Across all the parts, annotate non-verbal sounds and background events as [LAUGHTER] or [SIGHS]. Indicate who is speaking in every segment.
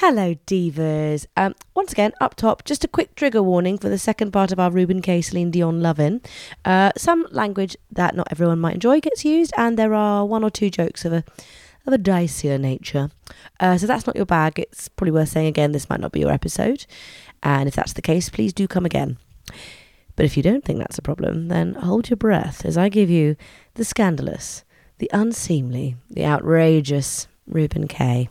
Speaker 1: Hello, divas. Um, once again, up top, just a quick trigger warning for the second part of our Ruben K. Celine Dion lovin'. Uh, some language that not everyone might enjoy gets used, and there are one or two jokes of a of a dicier nature. Uh, so that's not your bag. It's probably worth saying again. This might not be your episode, and if that's the case, please do come again. But if you don't think that's a problem, then hold your breath as I give you the scandalous, the unseemly, the outrageous Ruben K.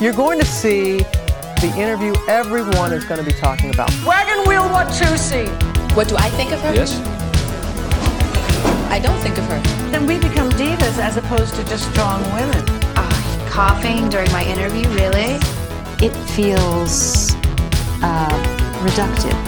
Speaker 2: You're going to see the interview everyone is going to be talking about.
Speaker 3: Wagon wheel Watusi.
Speaker 4: What do I think of her?
Speaker 5: Yes.
Speaker 4: I don't think of her.
Speaker 3: Then we become divas as opposed to just strong women.
Speaker 6: Ah, coughing during my interview, really?
Speaker 7: It feels uh, reductive.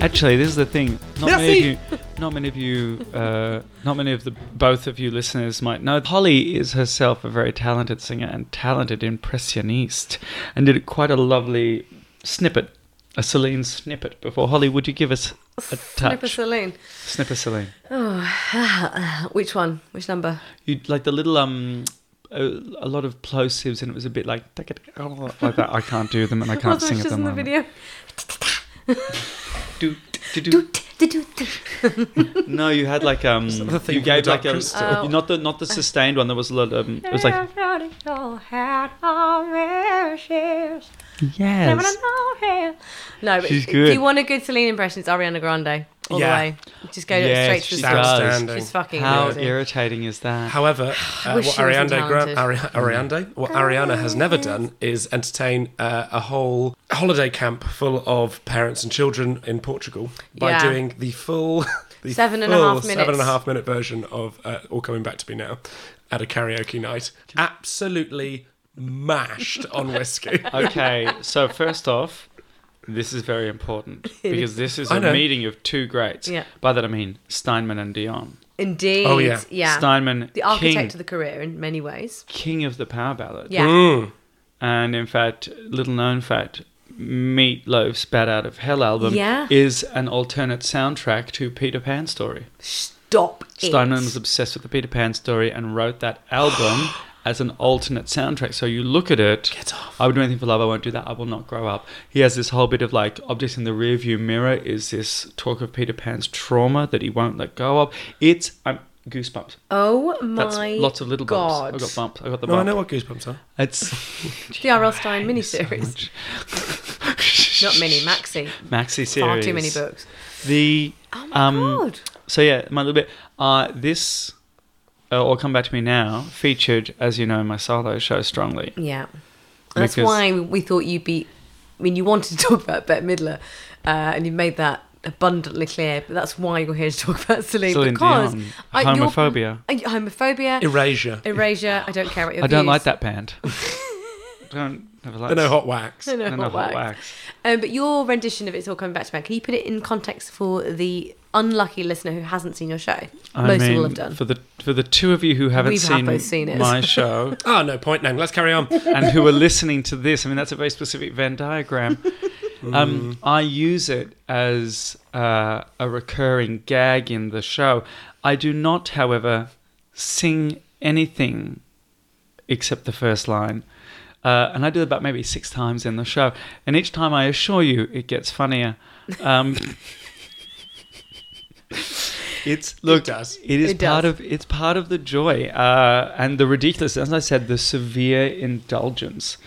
Speaker 5: Actually, this is the thing. Not many of you, not many of you, uh, not many of the both of you listeners might know. Holly is herself a very talented singer and talented impressionist, and did quite a lovely snippet, a Celine snippet before. Holly, would you give us a
Speaker 8: Snipper
Speaker 5: touch?
Speaker 8: Celine.
Speaker 5: Snipper Celine.
Speaker 8: Which one? Which number?
Speaker 5: You like the little um. A, a lot of plosives and it was a bit like like that. I can't do them and [LAUGHS] I can't
Speaker 8: Wasn't
Speaker 5: sing
Speaker 8: it
Speaker 5: at
Speaker 8: just
Speaker 5: them.
Speaker 8: in the
Speaker 5: I'm like,
Speaker 8: video? [LAUGHS]
Speaker 5: do, do, do. [LAUGHS] No, you had like um,
Speaker 9: the thing
Speaker 5: you
Speaker 9: with
Speaker 5: gave
Speaker 9: the
Speaker 5: like a
Speaker 9: doctors
Speaker 8: still.
Speaker 5: not the not the sustained one. There was a lot. Um, it was like yes,
Speaker 8: No, but
Speaker 5: She's
Speaker 8: if
Speaker 5: good.
Speaker 8: you want a good Celine impression, it's Ariana Grande. All
Speaker 9: Yeah.
Speaker 8: the way. Just go
Speaker 5: Yes,
Speaker 8: straight to
Speaker 5: she
Speaker 8: the
Speaker 9: does.
Speaker 8: source.
Speaker 9: Outstanding.
Speaker 8: She's fucking
Speaker 5: how
Speaker 8: amazing.
Speaker 5: irritating is that?
Speaker 9: However,
Speaker 8: [SIGHS]
Speaker 9: uh,
Speaker 8: wish
Speaker 9: what
Speaker 8: she was Oh, more
Speaker 9: Ariana Grande,
Speaker 8: talented.
Speaker 9: Ari- Ariande, what Ariana has never done is entertain uh, a whole holiday camp full of parents and children in Portugal by
Speaker 8: Yeah.
Speaker 9: doing the full [LAUGHS] the
Speaker 8: Seven and a half
Speaker 9: full
Speaker 8: minutes.
Speaker 9: seven and a half minute version of uh, "All Coming Back to Me Now" at a karaoke night. Absolutely mashed on whiskey.
Speaker 8: [LAUGHS]
Speaker 5: Okay, so first off, this is very important because this is
Speaker 9: I
Speaker 5: a
Speaker 9: know.
Speaker 5: meeting of two greats.
Speaker 8: Yeah.
Speaker 5: By that I mean Steinman and Dion.
Speaker 8: Indeed.
Speaker 9: Oh, yeah.
Speaker 5: Steinman,
Speaker 8: The architect
Speaker 5: king,
Speaker 8: of the career in many ways.
Speaker 5: king of the power ballad.
Speaker 8: Yeah.
Speaker 5: And in fact, little known fact, Meatloaf Spat Out of Hell album
Speaker 8: Yeah.
Speaker 5: is an alternate soundtrack to Peter Pan story.
Speaker 8: Stop it.
Speaker 5: Steinman was obsessed with the Peter Pan story and wrote that
Speaker 8: [GASPS]
Speaker 5: album as an alternate soundtrack. So you look at it. Get off. I would do anything for love. I won't do that. I will not grow up. He has this whole bit of like objects in the rearview mirror. Is this talk of Peter Pan's trauma that he won't let go of? It's I'm goosebumps.
Speaker 8: Oh my
Speaker 5: That's lots of little
Speaker 8: God.
Speaker 5: bumps. I got bumps. I got the
Speaker 9: No, I
Speaker 5: bump.
Speaker 9: know what goosebumps are.
Speaker 8: [LAUGHS]
Speaker 5: It's
Speaker 8: The R.L. Stein
Speaker 5: so
Speaker 8: miniseries.
Speaker 5: much. [LAUGHS]
Speaker 8: Not mini, maxi.
Speaker 5: Maxi series.
Speaker 8: Far too many books.
Speaker 5: The
Speaker 8: Oh my
Speaker 5: um,
Speaker 8: God.
Speaker 5: So yeah, my little bit. Uh, this uh, or come back to me now featured as you know in my solo show strongly.
Speaker 8: Yeah. That's
Speaker 5: Because-
Speaker 8: why we thought you'd be. I mean, you wanted to [LAUGHS] talk about Bette Midler, uh, and you made that abundantly clear. But that's why you're here to talk about Celine,
Speaker 5: Celine
Speaker 8: because
Speaker 5: Dion.
Speaker 8: you're-
Speaker 5: Homophobia.
Speaker 8: I- homophobia,
Speaker 9: Erasure.
Speaker 8: erasure. I don't care what your
Speaker 5: I don't
Speaker 8: views.
Speaker 5: like that band.
Speaker 8: [LAUGHS]
Speaker 5: don't have a like.
Speaker 9: I know hot wax.
Speaker 8: I know,
Speaker 5: I know
Speaker 8: hot wax. Um, but your rendition of "It's All Coming Back to Back," can you put it in context for the unlucky listener who hasn't seen your show?
Speaker 5: I
Speaker 8: Most
Speaker 5: mean,
Speaker 8: people have done.
Speaker 5: for the for the two of you who haven't
Speaker 8: We've
Speaker 5: seen,
Speaker 8: both seen it. [LAUGHS]
Speaker 5: my show
Speaker 9: Oh, no point now. Let's carry on.
Speaker 5: and who are listening to this, I mean that's a very specific Venn diagram. Um, I use it as uh, a recurring gag in the show. I do not, however, sing anything except the first line. Uh, and I do about maybe six times in the show. And each time I assure you, it gets funnier. Um, [LAUGHS] it's look, it,
Speaker 9: does.
Speaker 5: is
Speaker 8: It does.
Speaker 5: part of it's part of the joy uh, and the ridiculous. As I said, the severe indulgence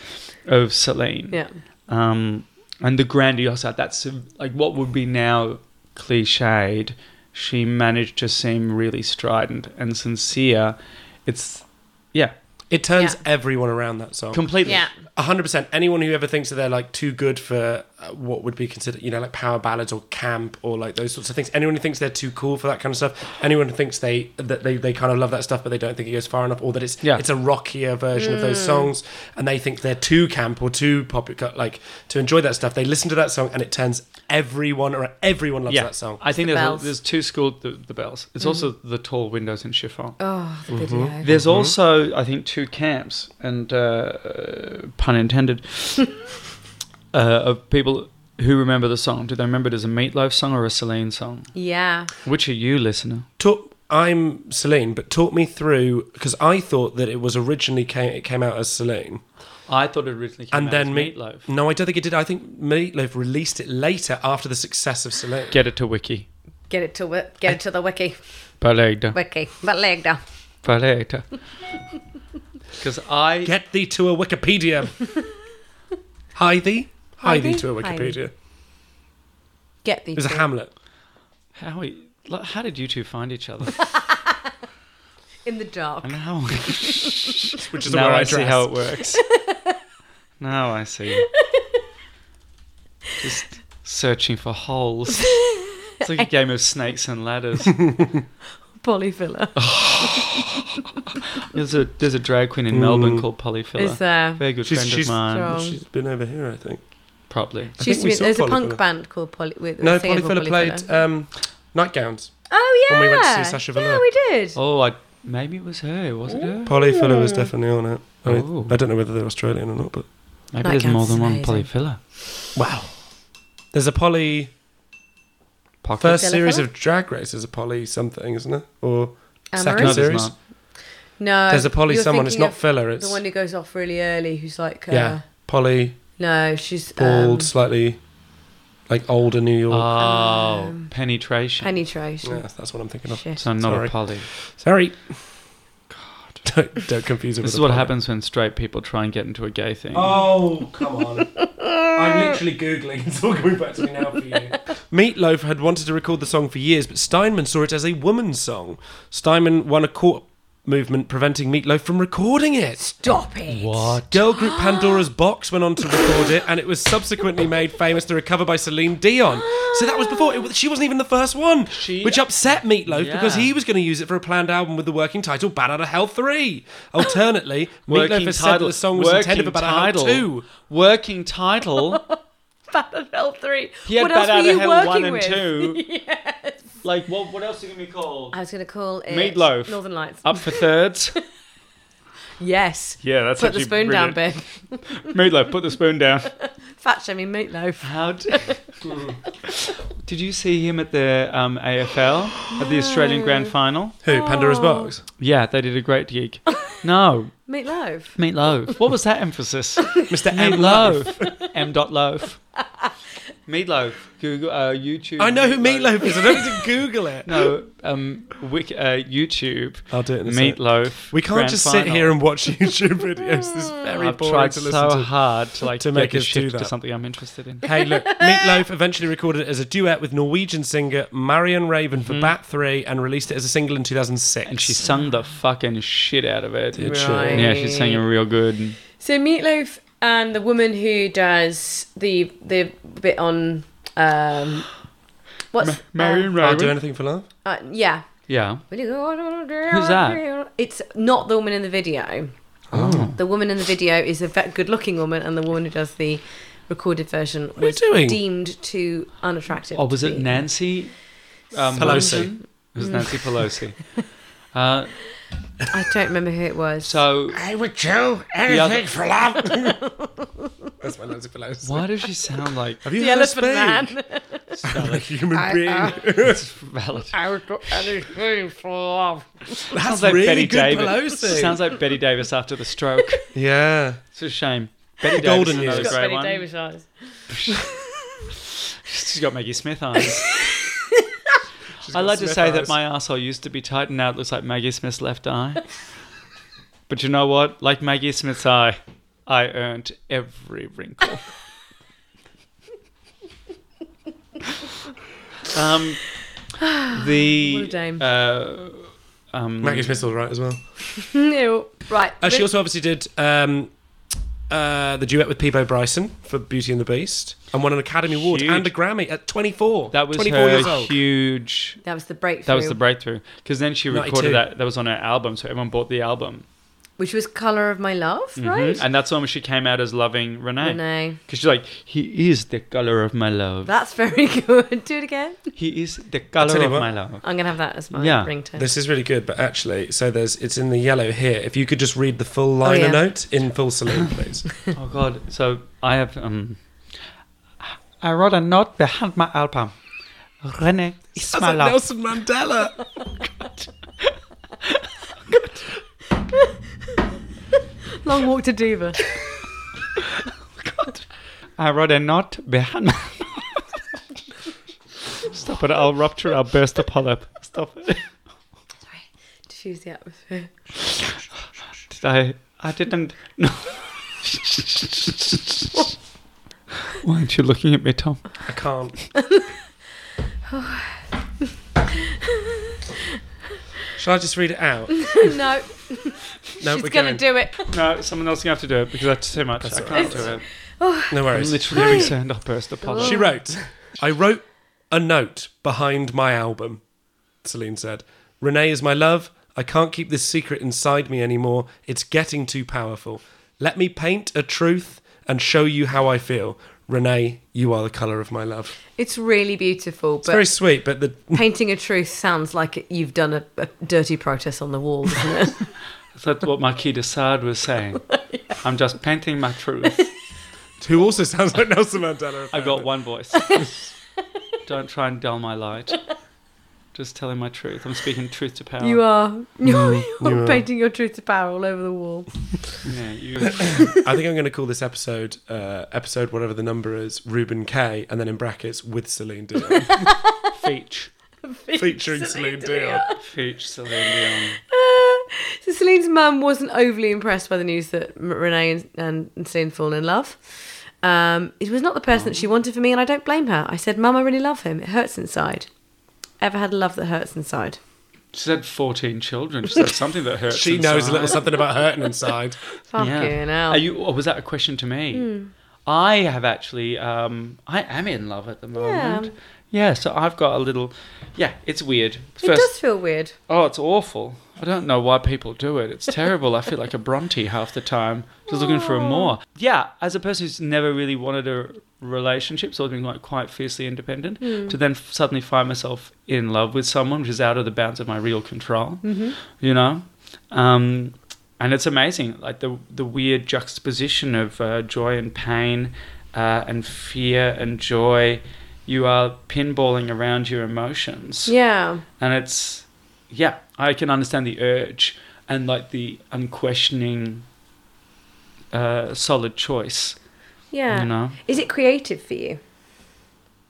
Speaker 5: of Celine
Speaker 8: yeah.
Speaker 5: um, and the grandiose at that like what would be now cliched she managed to seem really strident and sincere it's yeah
Speaker 9: It turns
Speaker 8: Yeah.
Speaker 9: everyone around that song.
Speaker 5: completely
Speaker 8: Yeah.
Speaker 9: A hundred percent. Anyone who ever thinks that they're like too good for uh, what would be considered, you know, like power ballads or camp or like those sorts of things. Anyone who thinks they're too cool for that kind of stuff. Anyone who thinks they that they, they kind of love that stuff, but they don't think it goes far enough, or that it's
Speaker 5: Yeah.
Speaker 9: it's a rockier version of those songs, and they think they're too camp or too popular, like to enjoy that stuff. They listen to that song, and it turns everyone around. Everyone loves
Speaker 5: yeah
Speaker 9: that song.
Speaker 5: i think
Speaker 8: the
Speaker 5: there's,
Speaker 8: bells. Mm-hmm.
Speaker 5: there's two school the, the bells it's also the tall windows in chiffon
Speaker 8: Oh, the
Speaker 9: Mm-hmm.
Speaker 8: video.
Speaker 5: There's also, I think, two
Speaker 9: [LAUGHS]
Speaker 5: camps, and uh, uh, pun intended, uh, of people who remember the song? Do they remember it as a Meatloaf song or a Celine song?
Speaker 8: Yeah.
Speaker 5: Which are you, listener?
Speaker 9: Talk, I'm Celine, but talk me through because I thought that it was originally came, it came out as Celine,
Speaker 5: I thought it originally came
Speaker 9: and
Speaker 5: out
Speaker 9: then
Speaker 5: as
Speaker 9: Meat-
Speaker 5: Meatloaf.
Speaker 9: No, I don't think it did. I think Meatloaf released it later after the success of Celine.
Speaker 5: Get it to Wiki.
Speaker 8: Get it to wi- get it to the wiki,
Speaker 5: Paleta.
Speaker 8: wiki, but leg down.
Speaker 9: [LAUGHS]
Speaker 5: Paleta. [LAUGHS] Because I
Speaker 9: Get thee to a [LAUGHS] Wikipedia. Hi thee, hi thee to a Wikipedia.
Speaker 8: Get these.
Speaker 9: It was a Hamlet.
Speaker 5: how we, like, how did you two find each
Speaker 9: [LAUGHS]
Speaker 5: other?
Speaker 8: in the dark.
Speaker 5: And how?
Speaker 9: which is the
Speaker 5: now
Speaker 9: where
Speaker 5: I,
Speaker 9: I
Speaker 5: see how it
Speaker 9: [LAUGHS]
Speaker 5: works. now I see. Just searching for
Speaker 9: [LAUGHS]
Speaker 5: holes. It's like a game of snakes and ladders.
Speaker 8: Polyfiller.
Speaker 9: Oh.
Speaker 5: There's a there's a drag queen in Melbourne called Polly Filler.
Speaker 8: Is uh, there?
Speaker 5: Very good
Speaker 9: Mm. She's-
Speaker 5: friend
Speaker 9: she's-
Speaker 5: of mine.
Speaker 8: Strong.
Speaker 9: She's been over here, I think.
Speaker 5: Probably.
Speaker 9: I
Speaker 8: She used
Speaker 9: think
Speaker 8: to
Speaker 9: we
Speaker 8: be,
Speaker 9: saw
Speaker 8: there's a
Speaker 9: Polly
Speaker 8: punk
Speaker 9: Filler.
Speaker 8: band called Poly. With,
Speaker 9: No,
Speaker 8: a singer
Speaker 9: Polly
Speaker 8: called
Speaker 9: Filler played
Speaker 8: Polyfiller.
Speaker 9: um, Nightgowns.
Speaker 8: oh yeah.
Speaker 9: when we went to see Sacha
Speaker 8: Yeah,
Speaker 9: Velour.
Speaker 8: we did.
Speaker 5: Oh, I maybe it was her. Was it her?
Speaker 9: Polly Filler was definitely on it. I, mean,
Speaker 5: Ooh.
Speaker 9: I don't know whether they're Australian or not, but
Speaker 5: Maybe
Speaker 8: That
Speaker 5: there's more than one
Speaker 8: sounds
Speaker 5: Polly
Speaker 8: amazing.
Speaker 5: Filler.
Speaker 9: wow. There's a Polly
Speaker 5: Pocket.
Speaker 9: first
Speaker 8: Filler
Speaker 9: series
Speaker 8: Filler?
Speaker 9: of Drag Race. There's a Polly something, isn't it? Or
Speaker 8: Amorous?
Speaker 9: second
Speaker 5: no, there's
Speaker 9: series?
Speaker 5: not.
Speaker 8: No.
Speaker 9: There's a Polly
Speaker 8: you're
Speaker 9: someone. It's
Speaker 8: thinking
Speaker 9: not
Speaker 8: of
Speaker 9: Filler. It's
Speaker 8: The one who goes off really early, who's like. Uh,
Speaker 9: yeah, Polly
Speaker 8: No, she's
Speaker 9: bald,
Speaker 8: um,
Speaker 9: slightly like older New York.
Speaker 5: Oh,
Speaker 9: um,
Speaker 5: penetration.
Speaker 8: penetration.
Speaker 9: yes, that's what I'm thinking of.
Speaker 8: Shit.
Speaker 5: so not
Speaker 9: Sorry.
Speaker 5: a Polly.
Speaker 9: Sorry. [LAUGHS] God, [LAUGHS] don't, don't confuse it.
Speaker 5: This
Speaker 9: with
Speaker 5: is
Speaker 9: a
Speaker 5: what
Speaker 9: Polly.
Speaker 5: happens when straight people try and get into a gay thing.
Speaker 9: Oh, come on. I'm literally Googling. It's all coming back to me now for you. Meatloaf had wanted to record the song for years, but Steinman saw it as a woman's song. Steinman won a court movement preventing Meatloaf from recording it.
Speaker 8: Stop it.
Speaker 9: What? Girl group Pandora's Box went on to record it, and it was subsequently made famous through a cover by Celine Dion. So that was before. It, was- she wasn't even the first one,
Speaker 5: She-
Speaker 9: which upset Meatloaf because
Speaker 5: Yeah.
Speaker 9: he was going to use it for a planned album with the working title "Bad Out of Hell 3. Alternately, Meatloaf
Speaker 5: Working
Speaker 9: has said that
Speaker 5: title.
Speaker 9: the song was intended for
Speaker 5: working
Speaker 9: Bad Out of
Speaker 5: title.
Speaker 9: Hell 2.
Speaker 5: Working [LAUGHS] title.
Speaker 8: Bad at Hell three.
Speaker 5: He had
Speaker 8: what
Speaker 5: Bad Out
Speaker 8: else were
Speaker 5: of
Speaker 8: you
Speaker 5: Hell
Speaker 8: working
Speaker 5: 1 and
Speaker 8: with?
Speaker 5: [LAUGHS] 2. Like, what, what else are you going to be called?
Speaker 8: I was gonna call it
Speaker 5: Meatloaf.
Speaker 8: Northern Lights.
Speaker 5: Up for thirds?
Speaker 8: Yes.
Speaker 5: [LAUGHS] Yeah, that's
Speaker 8: Put the spoon down, babe.
Speaker 5: down, babe. Meatloaf, put the spoon [LAUGHS] down.
Speaker 8: Fat shaming meatloaf.
Speaker 5: How d- [LAUGHS] did you see him at the um, AFL at the [GASPS] Australian Grand Final?
Speaker 9: Who?
Speaker 5: Oh.
Speaker 9: Pandora's Box?
Speaker 5: Yeah, they did a great [LAUGHS] gig. No,
Speaker 8: Meatloaf.
Speaker 5: meatloaf. What was that [LAUGHS] emphasis?
Speaker 9: Mr. M.
Speaker 5: Meatloaf. M. Dot [LAUGHS] loaf. Meatloaf. Google uh, YouTube.
Speaker 9: I know who Meatloaf is. I don't need to Google it.
Speaker 5: No, um, Wik, uh, YouTube.
Speaker 9: I'll do it in a sec.
Speaker 5: Meatloaf.
Speaker 9: We can't
Speaker 5: grand
Speaker 9: just sit
Speaker 5: final.
Speaker 9: here and watch [LAUGHS] YouTube videos. This is very
Speaker 5: I've
Speaker 9: boring
Speaker 5: tried
Speaker 9: to
Speaker 5: so
Speaker 9: listen to.
Speaker 5: hard to like
Speaker 9: to
Speaker 5: get
Speaker 9: make
Speaker 5: the
Speaker 9: us
Speaker 5: shift
Speaker 9: do that.
Speaker 5: to something I'm interested in. [LAUGHS]
Speaker 9: Hey, look, Meatloaf eventually recorded it as a duet with Norwegian singer Marion Raven for Bat 3 and released it as a single in 2006.
Speaker 5: Mm-hmm. And she sung the fucking shit out of it.
Speaker 9: Did she?
Speaker 8: Right.
Speaker 5: Yeah, she sang it real good.
Speaker 8: So meatloaf and the woman who does the the bit on um what's um,
Speaker 5: Marion
Speaker 9: I'll do
Speaker 5: Raven.
Speaker 9: anything for love.
Speaker 8: uh, yeah.
Speaker 5: Yeah.
Speaker 8: Who's
Speaker 5: that?
Speaker 8: It's not the woman in the video.
Speaker 9: Oh.
Speaker 5: Oh,
Speaker 8: The woman in the video is a good looking woman, and the woman who does the recorded version
Speaker 9: you
Speaker 8: was
Speaker 9: doing?
Speaker 8: deemed too unattractive.
Speaker 5: Or oh, was
Speaker 8: to
Speaker 5: it
Speaker 8: be-
Speaker 5: Nancy um,
Speaker 9: Pelosi.
Speaker 5: Wilson? It was Nancy
Speaker 9: [LAUGHS]
Speaker 5: Pelosi. Uh,
Speaker 8: I don't remember who it was.
Speaker 5: so
Speaker 9: I would do
Speaker 5: the other-
Speaker 9: for love. [LAUGHS] That's my Nancy Pelosi.
Speaker 5: why does she sound like [LAUGHS]
Speaker 9: Have you
Speaker 8: the
Speaker 9: heard
Speaker 8: elephant
Speaker 9: of Spain?
Speaker 8: man.
Speaker 9: I'm a human being. [LAUGHS]
Speaker 5: valid?
Speaker 9: That's
Speaker 5: Sounds like
Speaker 9: really
Speaker 5: Betty
Speaker 9: good
Speaker 5: Davis.
Speaker 9: Pelosi.
Speaker 5: Sounds like Betty Davis after the stroke.
Speaker 9: yeah.
Speaker 5: It's a shame. Betty
Speaker 9: Golden
Speaker 5: Davis, is
Speaker 9: years. She's
Speaker 5: another
Speaker 9: got
Speaker 5: great one.
Speaker 8: eyes.
Speaker 5: [LAUGHS] She's got Maggie Smith eyes. [LAUGHS]
Speaker 9: She's
Speaker 5: I
Speaker 9: got
Speaker 5: like to
Speaker 9: Smith
Speaker 5: say that
Speaker 9: eyes.
Speaker 5: my asshole used to be tight and now it looks like Maggie Smith's left eye. [LAUGHS] but you know what? Like Maggie Smith's eye, I earned every wrinkle. [LAUGHS] um,
Speaker 8: What a
Speaker 5: the
Speaker 8: dame. [LAUGHS]
Speaker 5: uh, um,
Speaker 9: Maggie Smith's all right as well.
Speaker 8: No. Right.
Speaker 9: Uh, she
Speaker 8: Rick-
Speaker 9: also obviously did um, uh, the duet with Peebo Bryson for Beauty and the Beast and won an Academy Award
Speaker 5: Huge.
Speaker 9: and a Grammy at 24.
Speaker 5: that was
Speaker 9: 24 years
Speaker 5: her
Speaker 9: old.
Speaker 5: huge.
Speaker 8: that was the breakthrough.
Speaker 5: That was the breakthrough because then she recorded
Speaker 9: 92.
Speaker 5: that. That was on her album, so everyone bought the album,
Speaker 8: which was Color of My Love,
Speaker 5: Mm.
Speaker 8: right?
Speaker 5: and that's when she came out as loving Renee.
Speaker 8: Renee.
Speaker 5: Because she's like, he is the color of my love.
Speaker 8: That's very [LAUGHS] good. Do it again.
Speaker 5: He is the
Speaker 9: tell
Speaker 5: color
Speaker 9: you
Speaker 5: of
Speaker 9: what.
Speaker 5: my love.
Speaker 8: I'm gonna have that as my
Speaker 5: Yeah.
Speaker 9: [LAUGHS]
Speaker 8: ringtone.
Speaker 9: This is really good, but actually, so there's it's in the yellow here. If you could just read the full liner
Speaker 8: yeah.
Speaker 9: note in full saloon, please.
Speaker 5: Oh God! So I have um, I wrote a note behind my album. Rene is my love.
Speaker 9: Nelson Mandela.
Speaker 8: Long walk [LAUGHS] to Dover.
Speaker 5: I wrote a note behind my. [LAUGHS] Stop it! I'll rupture. I'll burst a polyp. Stop it! [LAUGHS]
Speaker 8: Diffuse the atmosphere. [LAUGHS]
Speaker 5: Did I? I didn't. No. [LAUGHS] Why aren't you looking at me, Tom?
Speaker 9: I can't. Shall I just read it out?
Speaker 8: no,
Speaker 9: No,
Speaker 8: she's
Speaker 9: we're
Speaker 8: gonna
Speaker 9: going.
Speaker 8: do it.
Speaker 5: No, someone else is gonna have to do it because that's too much. I can't do it.
Speaker 9: No
Speaker 5: I'm
Speaker 9: worries.
Speaker 5: literally concerned. I'll burst a polyp.
Speaker 9: She wrote, I wrote a note behind my album, Celine said. Renee is my love. I can't keep this secret inside me anymore. It's getting too powerful. Let me paint a truth and show you how I feel. Renee, you are the colour of my love.
Speaker 8: It's really beautiful, but
Speaker 9: Very sweet, but the [LAUGHS]
Speaker 8: painting a truth sounds like you've done a, a dirty protest on the wall, doesn't it?
Speaker 5: That's what Marquis de Sade was
Speaker 9: [LAUGHS]
Speaker 5: saying. I'm just painting my truth.
Speaker 9: who also sounds like Nelson Mandela.
Speaker 5: I've got one
Speaker 9: [LAUGHS]
Speaker 5: voice. Don't try and dull my light. Just telling my truth. I'm speaking truth to power.
Speaker 8: [LAUGHS] you are. You're,
Speaker 9: you are.
Speaker 8: painting your truth to power all over the wall.
Speaker 5: Yeah, you.
Speaker 9: I think I'm going to call this episode uh, episode whatever the number is, Ruben K, and then in brackets with Celine [LAUGHS] Dion, [LAUGHS]
Speaker 5: Feach.
Speaker 9: featuring Celine, Dion.
Speaker 5: Feach Celine Dion.
Speaker 8: So Celine's mum wasn't overly impressed by the news that M- Renee and, and, and Celine fallen in love. Um, it was not the person that she wanted for me, and I don't blame her. I said, "Mum, I really love him. It hurts inside. Ever had a love that hurts inside?"
Speaker 5: She said 14 children. She said something that hurts.
Speaker 9: She knows a
Speaker 5: inside.
Speaker 9: little something about hurting inside.
Speaker 8: Fucking
Speaker 5: Yeah.
Speaker 8: hell. Hmm.
Speaker 5: Are you, or was that a question to me? I have actually, um, I am in love at the moment. Yeah. so I've got a little, yeah, it's weird.
Speaker 8: it does feel weird.
Speaker 5: Oh, it's awful. I don't know why people do it. It's terrible. I feel like a Bronte half the time, just looking for more. Yeah, as a person who's never really wanted a relationship, so I've been like quite fiercely independent, to then f- suddenly find myself in love with someone, which is out of the bounds of my real control, you know? Um, and it's amazing, like the, the weird juxtaposition of uh, joy and pain uh, and fear and joy. You are pinballing around your emotions
Speaker 8: Yeah.
Speaker 5: and it's yeah i can understand the urge and like the unquestioning uh solid choice
Speaker 8: Yeah.
Speaker 5: you know
Speaker 8: Is it creative for you?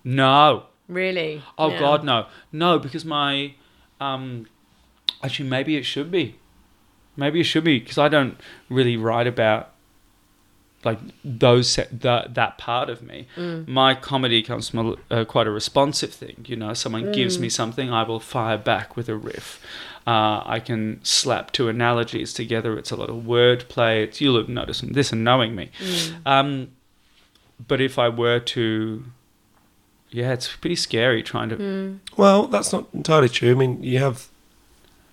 Speaker 5: no
Speaker 8: Really?
Speaker 5: oh
Speaker 8: Yeah.
Speaker 5: god no no because my um actually maybe it should be maybe it should be because i don't really write about like those set, that that part of me my comedy comes from a, uh, quite a responsive thing you know someone gives me something i will fire back with a riff uh, i can slap two analogies together it's a lot of wordplay it's you'll have noticed from this and knowing me um, but if i were to yeah it's pretty scary trying to
Speaker 9: [LAUGHS] Well, that's not entirely true. I mean, you have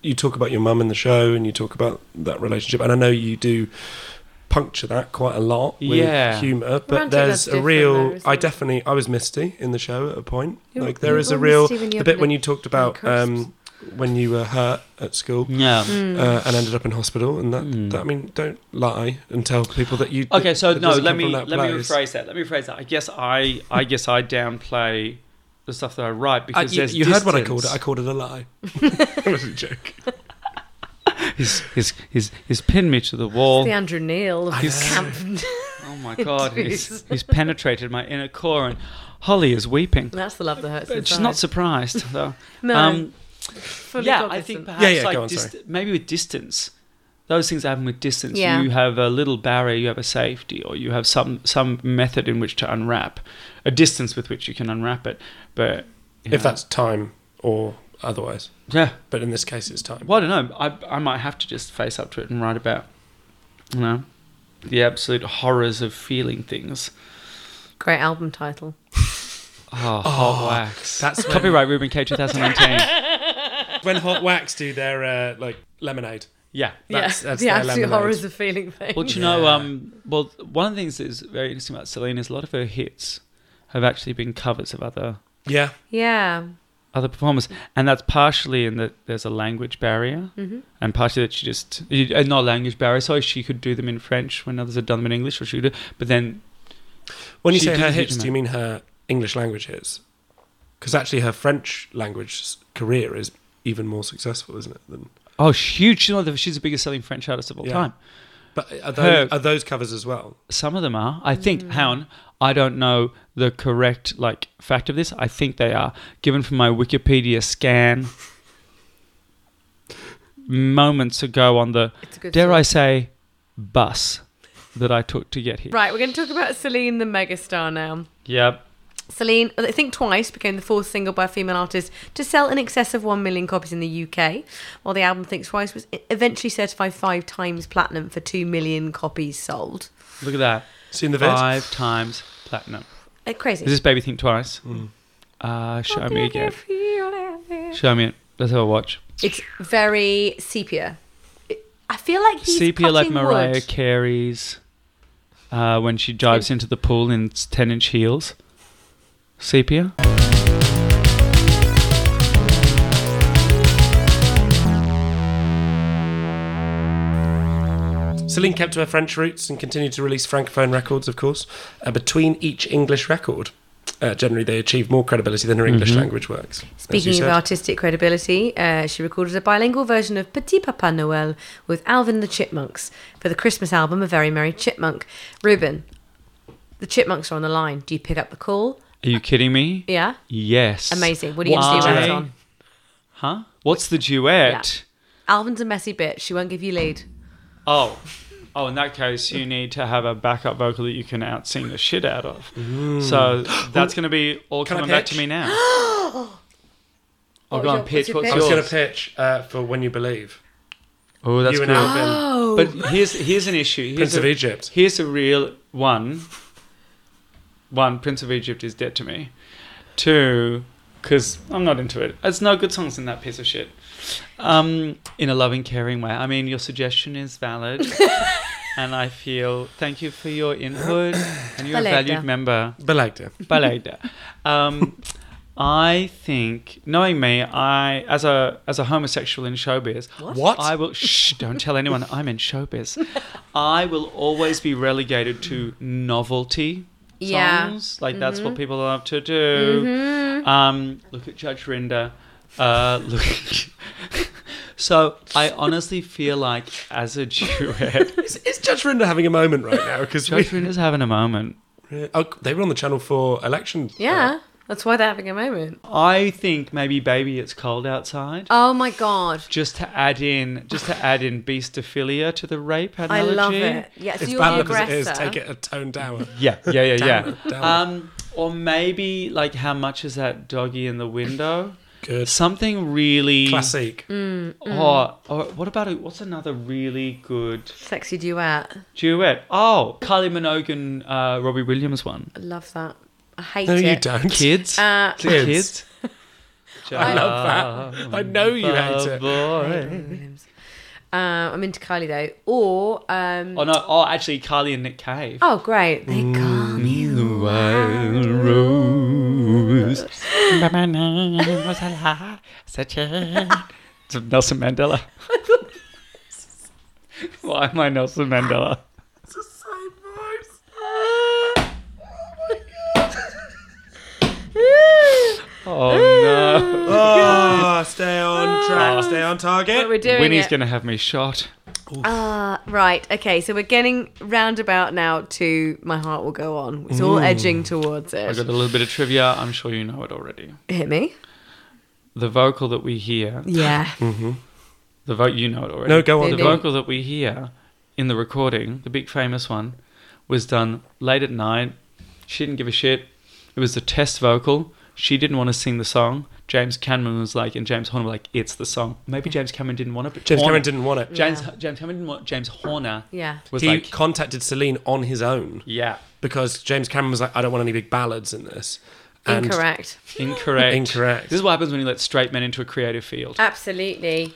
Speaker 9: you talk about your mum in the show, and you talk about that relationship, and I know you do puncture that quite a lot with
Speaker 5: Yeah.
Speaker 9: humour. But
Speaker 8: Romantic love's
Speaker 9: there's a
Speaker 8: different
Speaker 9: real.
Speaker 8: though, isn't
Speaker 9: I
Speaker 8: it?
Speaker 9: definitely. I was Misty in the show at a point.
Speaker 8: You-
Speaker 9: like there
Speaker 8: you
Speaker 9: is a
Speaker 8: were
Speaker 9: real
Speaker 8: Misty when you
Speaker 9: the bit
Speaker 8: had
Speaker 9: when
Speaker 8: the-
Speaker 9: you talked about
Speaker 8: the crisps.
Speaker 9: um, when you were hurt at school.
Speaker 8: Hmm.
Speaker 5: yeah
Speaker 9: Uh, and ended up in hospital, and that, that I mean, don't lie and tell people that you.
Speaker 5: Hmm. Okay, so
Speaker 9: that
Speaker 5: no,
Speaker 9: doesn't
Speaker 5: let
Speaker 9: come from
Speaker 5: me let
Speaker 9: that
Speaker 5: me
Speaker 9: place.
Speaker 5: rephrase that. Let me rephrase that. I guess I I guess I downplay the stuff that I write
Speaker 9: Uh,
Speaker 5: because
Speaker 9: you
Speaker 5: there's
Speaker 9: you heard what I called it. I
Speaker 5: distance.
Speaker 9: called it a [LAUGHS] lie. it was a joke.
Speaker 5: He's he's he's he's pinned me to the wall.
Speaker 8: The Andrew Neil of
Speaker 5: [LAUGHS]
Speaker 9: Yes.
Speaker 8: camp.
Speaker 5: Oh my god, he's he's penetrated my inner core, and Holly is weeping.
Speaker 8: That's the love that hurts.
Speaker 5: But she's
Speaker 8: inside.
Speaker 5: not surprised though.
Speaker 8: No,
Speaker 5: um,
Speaker 8: fully
Speaker 5: yeah, I
Speaker 8: cognizant.
Speaker 5: think perhaps
Speaker 9: yeah,
Speaker 5: like
Speaker 9: go on,
Speaker 5: dist-
Speaker 9: sorry.
Speaker 5: maybe with distance, those things happen with distance.
Speaker 8: Yeah.
Speaker 5: You have a little barrier, you have a safety, or you have some some method in which to unwrap, a distance with which you can unwrap it. But you
Speaker 9: If
Speaker 5: know,
Speaker 9: that's time or otherwise,
Speaker 5: yeah,
Speaker 9: but in this case, it's time.
Speaker 5: well, I don't know. I I might have to just face up to it and write about, you know, the absolute horrors of feeling things.
Speaker 8: Great album title.
Speaker 5: Oh, hot wax.
Speaker 9: Ah, that's when-
Speaker 5: copyright Ruben K
Speaker 9: [LAUGHS]
Speaker 5: 2019.
Speaker 9: When Hot Wax do their uh, like lemonade,
Speaker 5: yeah.
Speaker 9: That's- that's
Speaker 8: the
Speaker 9: their
Speaker 8: absolute
Speaker 9: lemonade.
Speaker 8: horrors of feeling thing.
Speaker 5: Well, do you know? Um, well, one of the things that is very interesting about Celine is a lot of her hits have actually been covers of other
Speaker 9: yeah,
Speaker 8: yeah,
Speaker 5: other performers, and that's partially in that there's a language barrier, and partially that she just you- uh, not a language barrier. So she could do them in French when others had done them in English, or she could. do- But then
Speaker 9: When you
Speaker 5: She
Speaker 9: say
Speaker 5: did a
Speaker 9: her
Speaker 5: huge
Speaker 9: hits, do you mean her English language is. Because actually, her French language s- career is even more successful, isn't it? Than
Speaker 5: Oh, huge! She's one of the- she's the biggest selling French artist of all
Speaker 9: Yeah.
Speaker 5: time.
Speaker 9: but are those,
Speaker 5: Her-
Speaker 9: are those covers as well?
Speaker 5: Some of them are. I think.
Speaker 8: Mm.
Speaker 5: Hang on. I don't know the correct like fact of this. I think they are given from my Wikipedia scan moments ago on the
Speaker 8: It's a good
Speaker 5: dare
Speaker 8: song.
Speaker 5: I say bus that I took to get here.
Speaker 8: Right, we're going to talk about Celine the megastar now.
Speaker 5: Yep.
Speaker 8: Celine, I think twice, became the fourth single by a female artist to sell in excess of 1 million copies in the UK, while the album Think Twice was e-, eventually certified five times platinum for 2 million copies sold.
Speaker 5: Look at that.
Speaker 9: Seen the vet?
Speaker 5: Five times platinum.
Speaker 8: Uh, crazy.
Speaker 5: Is this baby think twice?
Speaker 9: Hmm.
Speaker 5: Uh, show me again. Show me it. Let's have a watch.
Speaker 8: It's very sepia. It- I feel like he's
Speaker 5: sepia like Mariah
Speaker 8: wood.
Speaker 5: Carey's uh, when she dives into the pool in s- 10 inch heels. Sepia?
Speaker 9: Celine kept to her French roots and continued to release francophone records, of course. Uh, between each English record, uh, generally they achieve more credibility than her English
Speaker 5: Mm-hmm.
Speaker 9: language works. as you
Speaker 8: Speaking of
Speaker 9: said.
Speaker 8: artistic credibility, uh, she recorded a bilingual version of Petit Papa Noel with Alvin and the Chipmunks for the Christmas album A Very Merry Chipmunk. Ruben, the Chipmunks are on the line. Do you pick up the call?
Speaker 5: Are you kidding me?
Speaker 8: Yeah?
Speaker 5: Yes.
Speaker 8: Amazing. What are you going to do when it's
Speaker 5: I-
Speaker 8: on?
Speaker 5: Huh? What's the duet?
Speaker 8: Alvin's a messy bitch. She won't give you lead.
Speaker 5: Oh. Oh, in that case, you need to have a backup vocal that you can outsing the shit out of. So that's going to be all
Speaker 9: Can I
Speaker 5: coming back
Speaker 9: pitch?
Speaker 5: to me
Speaker 8: [GASPS]
Speaker 5: now.
Speaker 8: What
Speaker 5: I'll
Speaker 8: was
Speaker 5: go
Speaker 8: Oh, your-
Speaker 5: on pitch. What's
Speaker 8: what's your
Speaker 9: I was going
Speaker 5: yours?
Speaker 9: to pitch uh, for When You Believe.
Speaker 5: Oh, that's
Speaker 9: you and
Speaker 5: cool.
Speaker 9: Alvin,
Speaker 8: Oh,
Speaker 5: But here's here's an issue. Here's
Speaker 9: Prince
Speaker 5: a,
Speaker 9: of Egypt.
Speaker 5: Here's a real one. One, Prince of Egypt is dead to me. Two, because I'm not into it. It's no good songs in that piece of shit. Um, in a loving, caring way. I mean, your suggestion is valid. and I feel thank you for your input. And you're a
Speaker 8: Belegda.
Speaker 5: valued member.
Speaker 9: Belegda.
Speaker 5: Belegda. Um, I think, knowing me, I as a as a homosexual in showbiz,
Speaker 9: What?
Speaker 5: I will shh, don't tell anyone I'm in showbiz. I will always be relegated to novelty
Speaker 8: Yeah.
Speaker 5: songs. Like that's what people love to do. Um, look at Judge Rinder. Uh, look. [LAUGHS] so I honestly feel like as a duet,
Speaker 9: Is, is Judge Rinder having a moment right
Speaker 5: [LAUGHS]
Speaker 9: now? Because
Speaker 5: Judge Rinder's having a moment.
Speaker 9: oh, they were on the Channel 4 election. Uh,
Speaker 8: Yeah. That's why they're having a moment.
Speaker 5: I think maybe baby, it's cold outside.
Speaker 8: Oh my God.
Speaker 5: just to add in just to add in beastophilia to the rape
Speaker 8: I
Speaker 5: analogy.
Speaker 8: love it. Yeah, so
Speaker 9: It's
Speaker 8: you're the
Speaker 9: bad enough as it is.
Speaker 8: aggressor.
Speaker 9: Take it a tone down.
Speaker 5: Yeah, yeah, yeah, [LAUGHS]
Speaker 9: Damn
Speaker 5: yeah.
Speaker 9: it, damn it.
Speaker 5: Um, or maybe like how much is that doggy in the window?
Speaker 9: Good.
Speaker 5: Something really
Speaker 9: Classic.
Speaker 8: Mm,
Speaker 5: Or, or what about a, what's another really good
Speaker 8: Sexy duet.
Speaker 5: duet? Oh, Kylie Minogue and uh, Robbie Williams one.
Speaker 8: I love that. I hate
Speaker 9: No,
Speaker 8: it.
Speaker 9: you don't.
Speaker 5: Kids,
Speaker 8: Uh,
Speaker 5: Is it kids.
Speaker 9: [LAUGHS] I love that. I know you hate
Speaker 5: Um,
Speaker 9: it.
Speaker 5: Oh, Boy.
Speaker 8: Uh, I'm into Kylie though. Or um,
Speaker 5: Oh no! Oh, actually, Kylie and Nick Cave.
Speaker 8: oh great, they
Speaker 5: Mm.
Speaker 8: can't.
Speaker 5: Wild rose. It's Nelson Mandela. Why am I Nelson Mandela? Oh no.
Speaker 9: Oh, stay on track, stay on
Speaker 8: Ah. But
Speaker 9: target.
Speaker 8: we're doing
Speaker 5: Winnie's
Speaker 8: it.
Speaker 5: gonna have me shot.
Speaker 8: Uh, right. Okay. So we're getting roundabout now to my heart will go on. It's all edging towards
Speaker 5: Mm. I got
Speaker 8: it.
Speaker 5: a little bit of trivia. I'm sure you know it already.
Speaker 8: Hit me.
Speaker 5: The vocal that we hear,
Speaker 8: Yeah.
Speaker 5: the vote you know it already.
Speaker 9: No, go on.
Speaker 5: The
Speaker 8: Maybe.
Speaker 5: vocal that we hear in the recording, the big famous one, was done late at night. She didn't give a shit. It was the test vocal. She didn't want to sing the song. James Cameron was like, and James Horner were like, it's the song. Maybe James Cameron didn't want it, but
Speaker 9: James
Speaker 5: Horner-
Speaker 9: Cameron didn't want
Speaker 8: Mm.
Speaker 9: it.
Speaker 5: James James Cameron didn't want James Horner.
Speaker 8: Yeah.
Speaker 5: was
Speaker 9: he
Speaker 5: like,
Speaker 9: contacted Celine on his own
Speaker 5: yeah,
Speaker 9: because James Cameron was like, I don't want any big ballads in this. And
Speaker 8: Incorrect.
Speaker 5: incorrect,
Speaker 9: [LAUGHS] Incorrect.
Speaker 5: This is what happens when you let straight men into a creative field.
Speaker 8: Absolutely.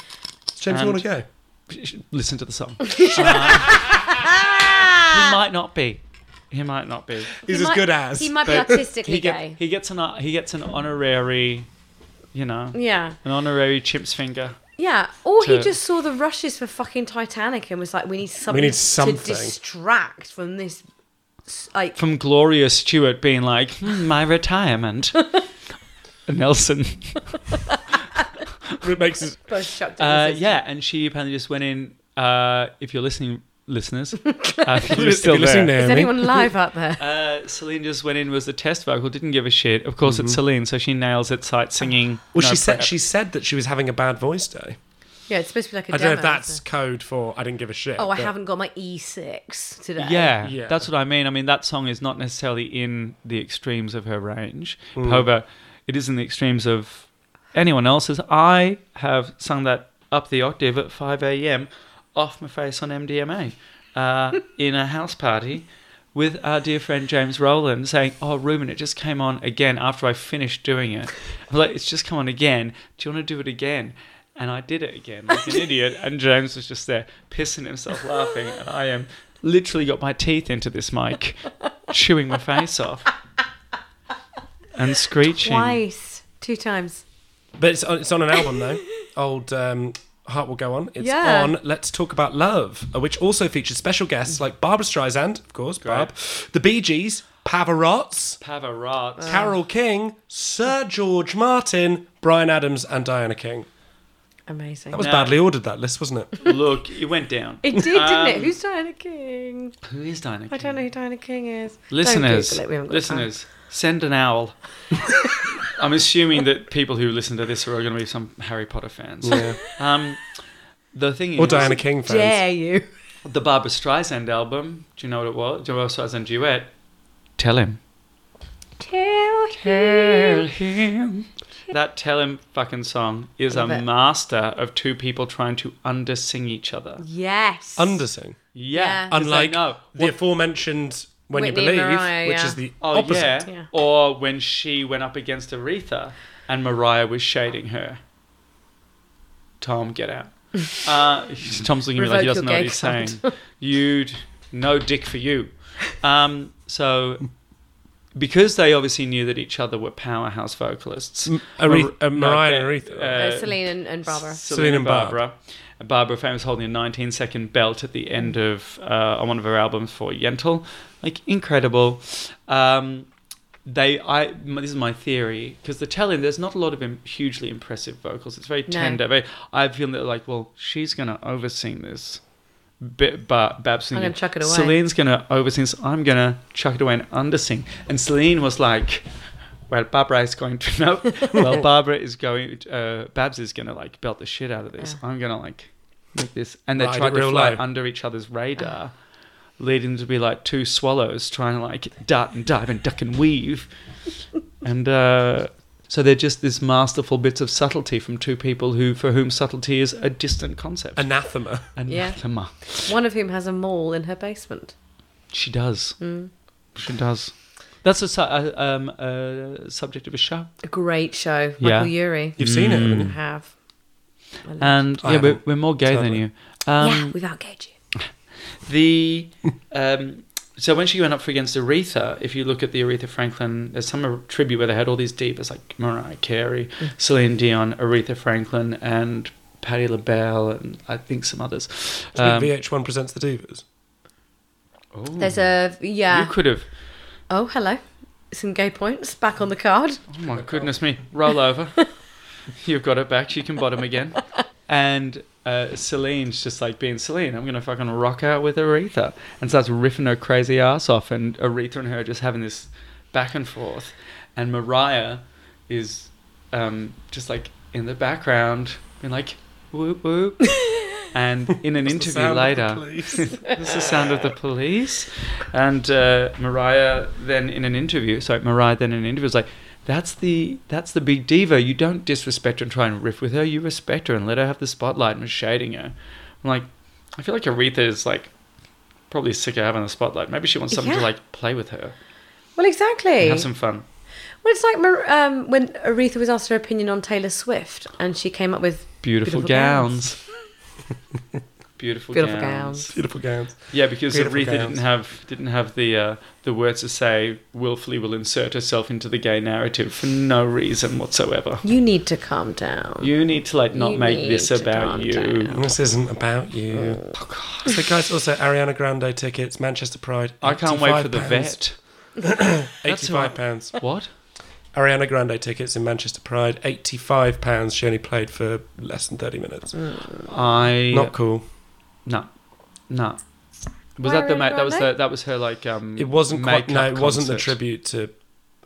Speaker 9: James,
Speaker 5: And-
Speaker 9: want to go?
Speaker 5: Listen to the song. Uh, he might not be. He might not be.
Speaker 9: He's
Speaker 8: He
Speaker 9: as
Speaker 8: might-
Speaker 9: good as.
Speaker 8: He might be
Speaker 5: But
Speaker 8: artistically
Speaker 5: he, get-
Speaker 8: gay.
Speaker 5: he gets an he gets an honorary, you know,
Speaker 8: Yeah.
Speaker 5: an honorary chimp's finger.
Speaker 8: Yeah. Or he
Speaker 5: To-
Speaker 8: just saw the rushes for fucking Titanic and was like, we need something,
Speaker 9: need something.
Speaker 8: to distract from this s- like
Speaker 5: From Gloria Stewart being like, "Hmm, my retirement. [LAUGHS] Nelson.
Speaker 9: It makes us-
Speaker 8: both chucked in
Speaker 5: Uh,
Speaker 8: the system.
Speaker 5: yeah, and she apparently just went in. Uh, if you're listening,
Speaker 9: [LAUGHS]
Speaker 5: listeners, uh, if you're
Speaker 9: if you're
Speaker 5: still
Speaker 9: listening,
Speaker 5: there.
Speaker 8: Is
Speaker 9: Naomi,
Speaker 8: anyone live out there?
Speaker 5: Uh, Celine just went in was the test vocal, didn't give a shit. Of course, it's Celine, so she nails it. Sight singing.
Speaker 9: Mm-hmm. Well,
Speaker 5: no
Speaker 9: she said
Speaker 5: prep.
Speaker 9: she said that she was having a bad voice day.
Speaker 8: Yeah, it's supposed to be like a
Speaker 9: I don't know
Speaker 8: demo,
Speaker 9: if that's
Speaker 8: isn't
Speaker 9: code for I didn't give a shit.
Speaker 8: it? Oh, I
Speaker 9: but-
Speaker 8: haven't got my E6 today.
Speaker 5: Yeah,
Speaker 9: Yeah.
Speaker 5: that's what I mean. I mean, that song is not necessarily in the extremes of her range. However, it is in the extremes of anyone else's. I have sung that up the octave at 5 a.m. off my face on MDMA uh, in a house party with our dear friend James Rowland saying, Oh, Ruben, it just came on again after I finished doing it. I'm like, It's just come on again. Do you want to do it again? And I did it again like an idiot. And James was just there pissing himself laughing. And I am literally got my teeth into this mic, chewing my face off and screeching.
Speaker 8: Twice. Two times.
Speaker 9: But it's on, it's on an album though. Old um, Heart Will Go On. It's
Speaker 8: Yeah.
Speaker 9: on Let's Talk About Love, uh, which also features special guests like Barbara Streisand, of course, Barb, the Bee Gees, Pavarotts,
Speaker 5: Pavarotti.
Speaker 9: Carol King, Sir George Martin, Brian Adams, and Diana King.
Speaker 8: Amazing.
Speaker 9: That was
Speaker 5: No.
Speaker 9: badly ordered, that list, wasn't
Speaker 8: [LAUGHS]
Speaker 9: it?
Speaker 5: Look, it went down.
Speaker 8: it did, didn't it?
Speaker 5: Um,
Speaker 8: Who's Diana King?
Speaker 5: Who is Dinah?
Speaker 8: I don't know who Diana King is. Don't
Speaker 5: Listeners,
Speaker 8: Google it, we haven't got
Speaker 5: listeners, send an
Speaker 8: [LAUGHS]
Speaker 5: owl. I'm assuming that people who listen to this are going to be some Harry Potter fans.
Speaker 9: Yeah.
Speaker 5: Um, the thing
Speaker 9: Or
Speaker 5: is,
Speaker 9: Diana King
Speaker 8: time.
Speaker 9: fans.
Speaker 8: Dare you?
Speaker 5: the Barbara Streisand album. Do you know what it was? Barbara Streisand duet. Tell him.
Speaker 8: Tell
Speaker 5: Tell him. That tell him fucking song is a
Speaker 8: Love it.
Speaker 5: master of two people trying to undersing each other.
Speaker 8: Yes.
Speaker 9: Undersing.
Speaker 5: Yeah.
Speaker 8: Yeah.
Speaker 5: 'cause they
Speaker 9: Unlike
Speaker 5: know.
Speaker 9: the aforementioned When
Speaker 8: Whitney
Speaker 9: You
Speaker 8: and
Speaker 9: Believe,
Speaker 8: Mariah,
Speaker 9: which
Speaker 8: yeah.
Speaker 9: is the
Speaker 5: Oh
Speaker 9: opposite.
Speaker 5: yeah.
Speaker 8: Yeah.
Speaker 5: Or when she went up against Aretha and Mariah was shading her. Tom, get
Speaker 8: [LAUGHS]
Speaker 5: out. Uh, Tom's looking at me like he doesn't
Speaker 8: Revoke
Speaker 5: know
Speaker 8: your
Speaker 5: what
Speaker 8: gay
Speaker 5: he's saying.
Speaker 8: [LAUGHS]
Speaker 5: You'd no dick for you. Um, so because they obviously knew that each other were powerhouse vocalists.
Speaker 9: Areth- uh,
Speaker 5: no,
Speaker 9: Mariah
Speaker 5: uh,
Speaker 9: and Aretha.
Speaker 8: Uh, Celine and, and Barbara.
Speaker 5: Celine and
Speaker 9: and Barb.
Speaker 5: Barbara. And Barbara famously holding a 19 second belt at the end
Speaker 8: Mm.
Speaker 5: of uh, on one of her albums for Yentl. Like incredible. Um, they, I, m- this is my theory because the telling there's not a lot of im- hugely impressive vocals. It's very
Speaker 8: No.
Speaker 5: tender. Very, I feel that like, well, she's gonna oversing this. Bit, but Babs
Speaker 8: I'm
Speaker 5: singing.
Speaker 8: gonna chuck it away.
Speaker 5: Celine's gonna oversing. So I'm gonna chuck it away and undersing. And Celine was like, well, Barbara is going to [LAUGHS] no.
Speaker 9: [LAUGHS]
Speaker 5: well, Barbara is going. Uh, Babs is going to like belt the shit out of this. I'm going to like make this, and they
Speaker 9: Ride
Speaker 5: tried
Speaker 9: it
Speaker 5: to
Speaker 9: real
Speaker 5: fly
Speaker 9: low.
Speaker 5: under each other's radar, leading to be like two swallows trying to like dart and dive and duck and weave, and uh, so they're just these masterful bits of subtlety from two people who, for whom subtlety is a distant concept.
Speaker 9: Anathema.
Speaker 8: Yeah.
Speaker 5: Anathema.
Speaker 8: One of whom has a mall in her basement.
Speaker 5: She does. She does. That's a, su- uh, um, uh, subject of a show.
Speaker 8: A great show.
Speaker 5: Yeah.
Speaker 8: Michael Urie.
Speaker 9: You've seen it, haven't
Speaker 8: I
Speaker 9: you?
Speaker 8: have. I love
Speaker 5: And
Speaker 9: I
Speaker 5: yeah, we're,
Speaker 9: haven't.
Speaker 5: we're more gay than
Speaker 9: Totally.
Speaker 5: you.
Speaker 8: it.
Speaker 5: Um,
Speaker 8: yeah, we've outgated you.
Speaker 5: The um, so when she went up for against Aretha, if you look at the Aretha Franklin, there's some tribute where they had all these divas like Mariah Carey,
Speaker 8: Mm.
Speaker 5: Celine Dion, Aretha Franklin, and Patti LaBelle, and I think some others. Um,
Speaker 9: VH1 presents the Divas.
Speaker 8: There's a yeah.
Speaker 5: You could have.
Speaker 8: Oh, hello. Some gay points back on the card.
Speaker 5: Oh my goodness me! Roll over. [LAUGHS] You've got it back. She can bottom again. And uh, Celine's just like being Celine. I'm gonna fucking rock out with Aretha, and starts riffing her crazy ass off. And Aretha and her just having this back and forth. And Mariah is um, just like in the background, being like whoop whoop. And in an interview later, [LAUGHS] that's the sound of the police. And uh, Mariah then in an interview, sorry, Mariah then in an interview was like, that's the that's the big diva. You don't disrespect her and try and riff with her. You respect her and let her have the spotlight and was shading her. I'm like, I feel like Aretha is like probably sick of having the spotlight. Maybe she wants someone to
Speaker 8: Yeah.
Speaker 5: like play with her
Speaker 8: Well, exactly.
Speaker 5: and have some fun.
Speaker 8: Well, it's like Mar- um, when Aretha was asked her opinion on Taylor Swift, and she came up with
Speaker 5: Beautiful,
Speaker 8: Beautiful
Speaker 5: gowns.
Speaker 8: gowns.
Speaker 5: beautiful,
Speaker 8: Beautiful
Speaker 5: gowns.
Speaker 8: gowns.
Speaker 9: Beautiful gowns.
Speaker 5: Yeah, because
Speaker 9: Beautiful
Speaker 5: Aretha
Speaker 9: gowns.
Speaker 5: didn't have didn't have the uh, the words to say. Willfully will insert herself into the gay narrative for no reason whatsoever.
Speaker 8: You need to calm down.
Speaker 5: You need to like not
Speaker 8: You
Speaker 5: make
Speaker 8: need
Speaker 5: this
Speaker 8: to
Speaker 5: about
Speaker 8: calm
Speaker 5: you.
Speaker 8: down.
Speaker 9: This isn't about you.
Speaker 5: Oh,
Speaker 9: So, guys, also Ariana Grande tickets, Manchester Pride.
Speaker 5: I can't wait for the
Speaker 9: £85.
Speaker 5: vet.
Speaker 9: [COUGHS]
Speaker 5: That's all
Speaker 9: Eighty-five
Speaker 5: right.
Speaker 9: pounds.
Speaker 5: What?
Speaker 9: Ariana Grande tickets in Manchester Pride. Eighty-five pounds. She only played for less than thirty minutes.
Speaker 5: Mm. I
Speaker 9: Not cool.
Speaker 5: no no. Was that the
Speaker 8: Ariana
Speaker 5: ma- that was the,
Speaker 8: Grande?
Speaker 5: that was her like um.
Speaker 9: It wasn't quite.
Speaker 5: makeup
Speaker 9: No, it wasn't the
Speaker 5: concert.
Speaker 9: tribute to.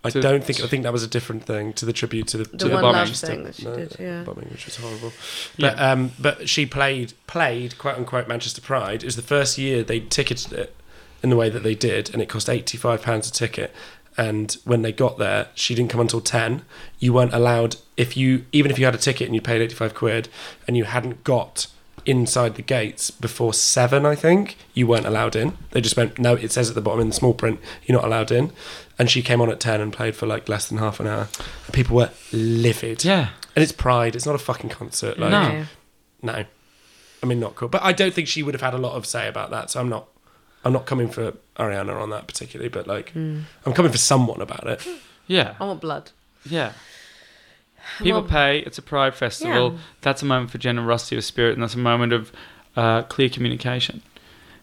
Speaker 9: I
Speaker 5: To-
Speaker 9: don't think. I think that was a different thing to the tribute to the, to
Speaker 8: The
Speaker 5: one
Speaker 9: bombing.
Speaker 5: love
Speaker 8: thing that she did, yeah.
Speaker 9: bombing, which was horrible.
Speaker 5: Yeah.
Speaker 9: But um, but she played played quote unquote Manchester Pride. It was the first year they ticketed it in the way that they did, and it cost eighty five pounds a ticket. And when they got there, she didn't come until ten. You weren't allowed if you even if you had a ticket and you paid eighty five quid and you hadn't got inside the gates before seven, I think you weren't allowed in. They just went no. It says at the bottom in the small print, you're not allowed in. And she came on at ten and played for like less than half an hour. People were livid.
Speaker 5: Yeah.
Speaker 9: And it's Pride. It's not a fucking concert. Like,
Speaker 5: No.
Speaker 9: no. I mean, not cool. But I don't think she would have had a lot of say about that. So I'm not, I'm not coming for Ariana on that particularly. But like, I'm coming for someone about it.
Speaker 5: Oh. Yeah.
Speaker 8: I want blood.
Speaker 5: Yeah. People
Speaker 8: Well-
Speaker 5: pay. It's a pride festival.
Speaker 8: Yeah.
Speaker 5: That's a moment for generosity of spirit, and that's a moment of uh, clear communication.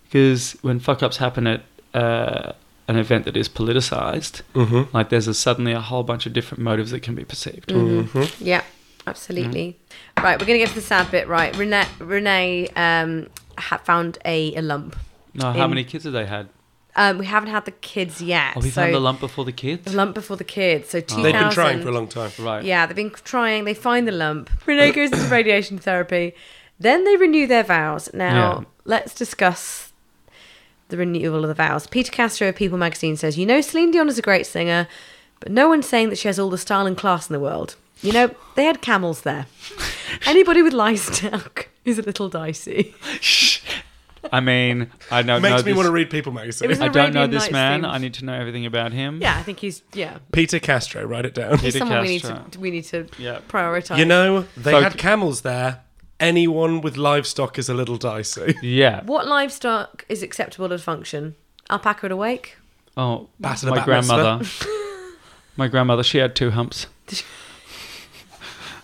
Speaker 5: Because when fuck ups happen at uh, an event that is politicized,
Speaker 9: Mm-hmm.
Speaker 5: like there's a, suddenly a whole bunch of different motives that can be perceived.
Speaker 8: Mm-hmm.
Speaker 9: Mm-hmm.
Speaker 8: Yeah, absolutely.
Speaker 5: Mm-hmm.
Speaker 8: Right, we're gonna get to the sad bit. Right, Renee, Renee um, ha- found a, a lump.
Speaker 5: No, how
Speaker 8: In-
Speaker 5: many kids have they had?
Speaker 8: Um, we haven't had the kids yet.
Speaker 5: Oh, we
Speaker 8: so
Speaker 5: found the lump before the kids.
Speaker 8: the lump before the kids. So 2000.
Speaker 9: They've been trying for a long time.
Speaker 5: Right.
Speaker 8: Yeah, they've been trying. They find the lump. Renee goes into [COUGHS] radiation therapy. Then they renew their vows. Now,
Speaker 5: Yeah.
Speaker 8: let's discuss the renewal of the vows. Peter Castro of People magazine says, You know, Celine Dion is a great singer, but no one's saying that she has all the style and class in the world. You know, they had camels
Speaker 5: [LAUGHS]
Speaker 8: there. Anybody with livestock is a little dicey.
Speaker 5: I mean, I don't know.
Speaker 9: Makes me
Speaker 5: this-
Speaker 9: want to read People
Speaker 8: It
Speaker 9: magazine.
Speaker 8: was
Speaker 5: I
Speaker 8: an
Speaker 5: don't know
Speaker 8: Arabian
Speaker 5: this
Speaker 8: Nights
Speaker 5: man.
Speaker 8: themed-
Speaker 5: I need to know everything about him.
Speaker 8: Yeah, I think he's, yeah.
Speaker 9: Peter Castro, write it down.
Speaker 8: He's
Speaker 5: Peter
Speaker 8: someone we need
Speaker 5: Castro.
Speaker 8: to, we need to
Speaker 5: Yeah.
Speaker 8: prioritize.
Speaker 9: You know, they
Speaker 5: Folk-
Speaker 9: had camels there. Anyone with livestock is a
Speaker 5: [LAUGHS]
Speaker 9: little dicey.
Speaker 5: Yeah.
Speaker 8: what livestock is acceptable at a function? Alpaca at a wake?
Speaker 5: Oh,
Speaker 9: Bat and a
Speaker 5: my
Speaker 9: bat mitzvah.
Speaker 5: grandmother. my grandmother. She had two humps.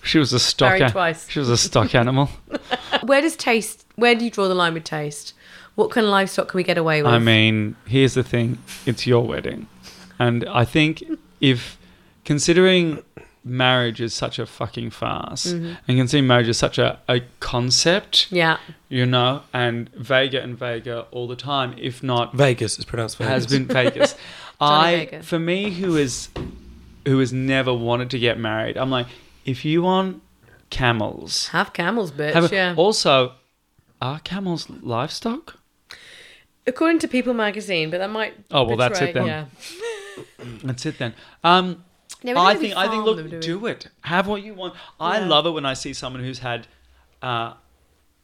Speaker 5: She was a stock.
Speaker 8: Married
Speaker 5: an-
Speaker 8: twice.
Speaker 5: She was a
Speaker 8: [LAUGHS]
Speaker 5: stock animal.
Speaker 8: Where does taste? Where do you draw the line with taste? What kind of livestock can we get away with?
Speaker 5: I mean, here's the thing: it's your wedding, and I think if considering marriage is such a fucking farce, and considering marriage is such a, a concept,
Speaker 8: Mm-hmm. yeah,
Speaker 5: you know, and vaguer and vaguer all the time, if not
Speaker 9: Vegas is pronounced Vegas.
Speaker 5: has been
Speaker 8: [LAUGHS]
Speaker 5: Vegas. I
Speaker 8: Vegas.
Speaker 5: for me who is who has never wanted to get married, I'm like, if you want camels,
Speaker 8: have camels, bitch.
Speaker 5: have a-
Speaker 8: yeah.
Speaker 5: also are camels livestock?
Speaker 8: According to People magazine, but that might.
Speaker 5: Oh, well, that's it
Speaker 8: betray-
Speaker 5: then.
Speaker 8: Yeah.
Speaker 5: That's it then. Um,
Speaker 8: No, we don't
Speaker 5: I
Speaker 8: really
Speaker 5: think I think
Speaker 8: farm
Speaker 5: look,
Speaker 8: them, do
Speaker 5: do,
Speaker 8: we?
Speaker 5: it. Have what you want. I love it when I see someone who's had uh,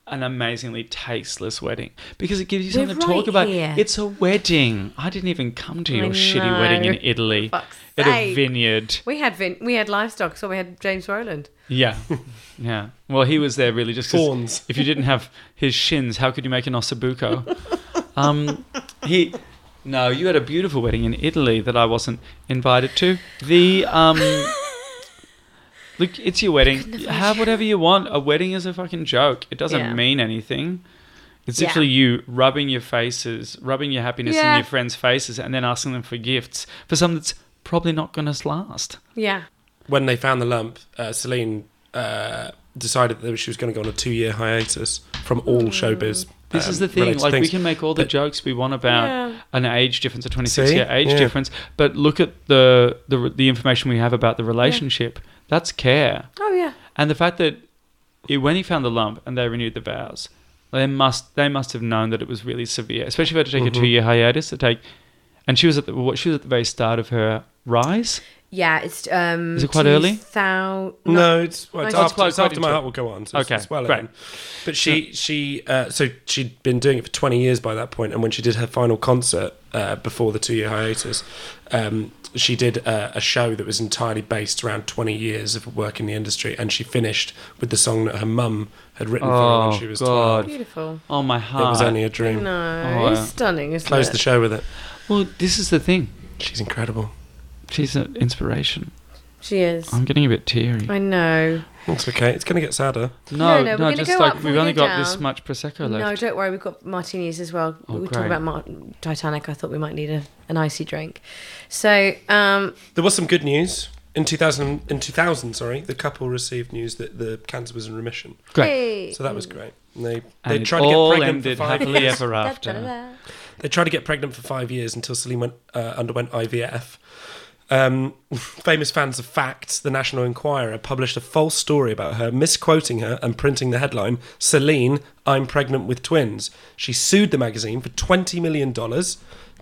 Speaker 5: an amazingly tasteless wedding because it gives you
Speaker 8: We're
Speaker 5: something to talk
Speaker 8: right
Speaker 5: about.
Speaker 8: here.
Speaker 5: It's a wedding. I didn't even come to your
Speaker 8: know.
Speaker 5: shitty wedding in Italy
Speaker 8: Fuck's
Speaker 5: at a
Speaker 8: sake.
Speaker 5: vineyard.
Speaker 8: We had vin- we had livestock, so we had James Rowland.
Speaker 5: Yeah. Yeah. Well, he was there really just 'cause
Speaker 9: Fawns.
Speaker 5: If you didn't have his shins, how could you make an ossobuco? um, he. No, you had a beautiful wedding in Italy that I wasn't invited to. The
Speaker 8: [LAUGHS]
Speaker 5: um, look, it's your wedding. Have whatever you want. A wedding is a fucking joke. It doesn't
Speaker 8: Yeah.
Speaker 5: mean anything. It's
Speaker 8: Yeah.
Speaker 5: literally you rubbing your faces, rubbing your happiness
Speaker 8: Yeah.
Speaker 5: in your friends' faces, and then asking them for gifts for something that's probably not going to last.
Speaker 8: Yeah.
Speaker 9: when they found the lump, uh, Celine uh, decided that she was going to go on a two-year hiatus from all showbiz.
Speaker 5: This
Speaker 9: um,
Speaker 5: is the thing.
Speaker 9: related
Speaker 5: Like we
Speaker 9: things.
Speaker 5: can make all the
Speaker 9: But-
Speaker 5: jokes we want about
Speaker 8: Yeah.
Speaker 5: an age difference, a twenty-six
Speaker 9: See?
Speaker 5: year age
Speaker 9: Yeah.
Speaker 5: difference, but look at the the the information we have about the relationship. That's care,
Speaker 8: Oh yeah.
Speaker 5: and the fact that it, when he found the lump and they renewed the vows, they must they must have known that it was really severe. Especially if they had to take a
Speaker 9: Mm-hmm.
Speaker 5: two-year hiatus to take, and she was at the what she was at the very start of her rise.
Speaker 8: Yeah. It's um.
Speaker 5: Is it quite early?
Speaker 8: Thou-
Speaker 9: No, it's, well, it's
Speaker 8: Nice.
Speaker 9: after,
Speaker 5: Quite-
Speaker 9: it's
Speaker 5: quite
Speaker 9: after my
Speaker 5: into-
Speaker 9: heart will go on. So
Speaker 5: Okay,
Speaker 9: it's, it's well
Speaker 5: great.
Speaker 9: in. But she she uh, so she'd been doing it for twenty years by that point, and when she did her final concert uh, before the two year hiatus, um, she did a, a show that was entirely based around 20 years of work in the industry, and she finished with the song that her mum had written for her
Speaker 5: Oh
Speaker 9: when she was 12.
Speaker 5: God!
Speaker 8: Beautiful.
Speaker 5: Oh my
Speaker 9: It
Speaker 5: heart!
Speaker 9: was only a dream.
Speaker 8: No,
Speaker 5: Oh,
Speaker 8: it's
Speaker 5: yeah.
Speaker 8: stunning, isn't
Speaker 9: Close
Speaker 8: it?
Speaker 9: the show with it.
Speaker 5: Well, this is the thing.
Speaker 9: She's incredible.
Speaker 5: She's an inspiration.
Speaker 8: she is.
Speaker 5: I'm getting a bit teary.
Speaker 8: I know.
Speaker 9: It's okay. It's going to get sadder.
Speaker 5: No,
Speaker 8: no, we're
Speaker 5: no,
Speaker 8: gonna
Speaker 5: just
Speaker 8: go
Speaker 5: like
Speaker 8: up and
Speaker 5: we've
Speaker 8: we're
Speaker 5: only
Speaker 8: gonna
Speaker 5: got this
Speaker 8: down.
Speaker 5: much prosecco
Speaker 8: No,
Speaker 5: left.
Speaker 8: don't worry. We've got martinis as well.
Speaker 5: Oh,
Speaker 8: we were talking
Speaker 5: great.
Speaker 8: about Mar- Titanic. I thought we might need a, an icy drink. So, um,
Speaker 9: There was some good news. In 2000, in 2000, sorry, the couple received news that the cancer was in remission.
Speaker 5: Great.
Speaker 9: So that was great. And they
Speaker 5: And
Speaker 9: they
Speaker 5: it
Speaker 9: tried to get
Speaker 5: all
Speaker 9: pregnant for
Speaker 5: ended
Speaker 9: five
Speaker 5: happily
Speaker 9: years.
Speaker 5: ever after.
Speaker 8: da-da-da.
Speaker 9: They tried to get pregnant for five years until Celine went, uh, underwent IVF. Um, [LAUGHS] famous fans of Facts, the National Enquirer, published a false story about her, misquoting her and printing the headline Celine, I'm pregnant with twins. She sued the magazine for $20 million.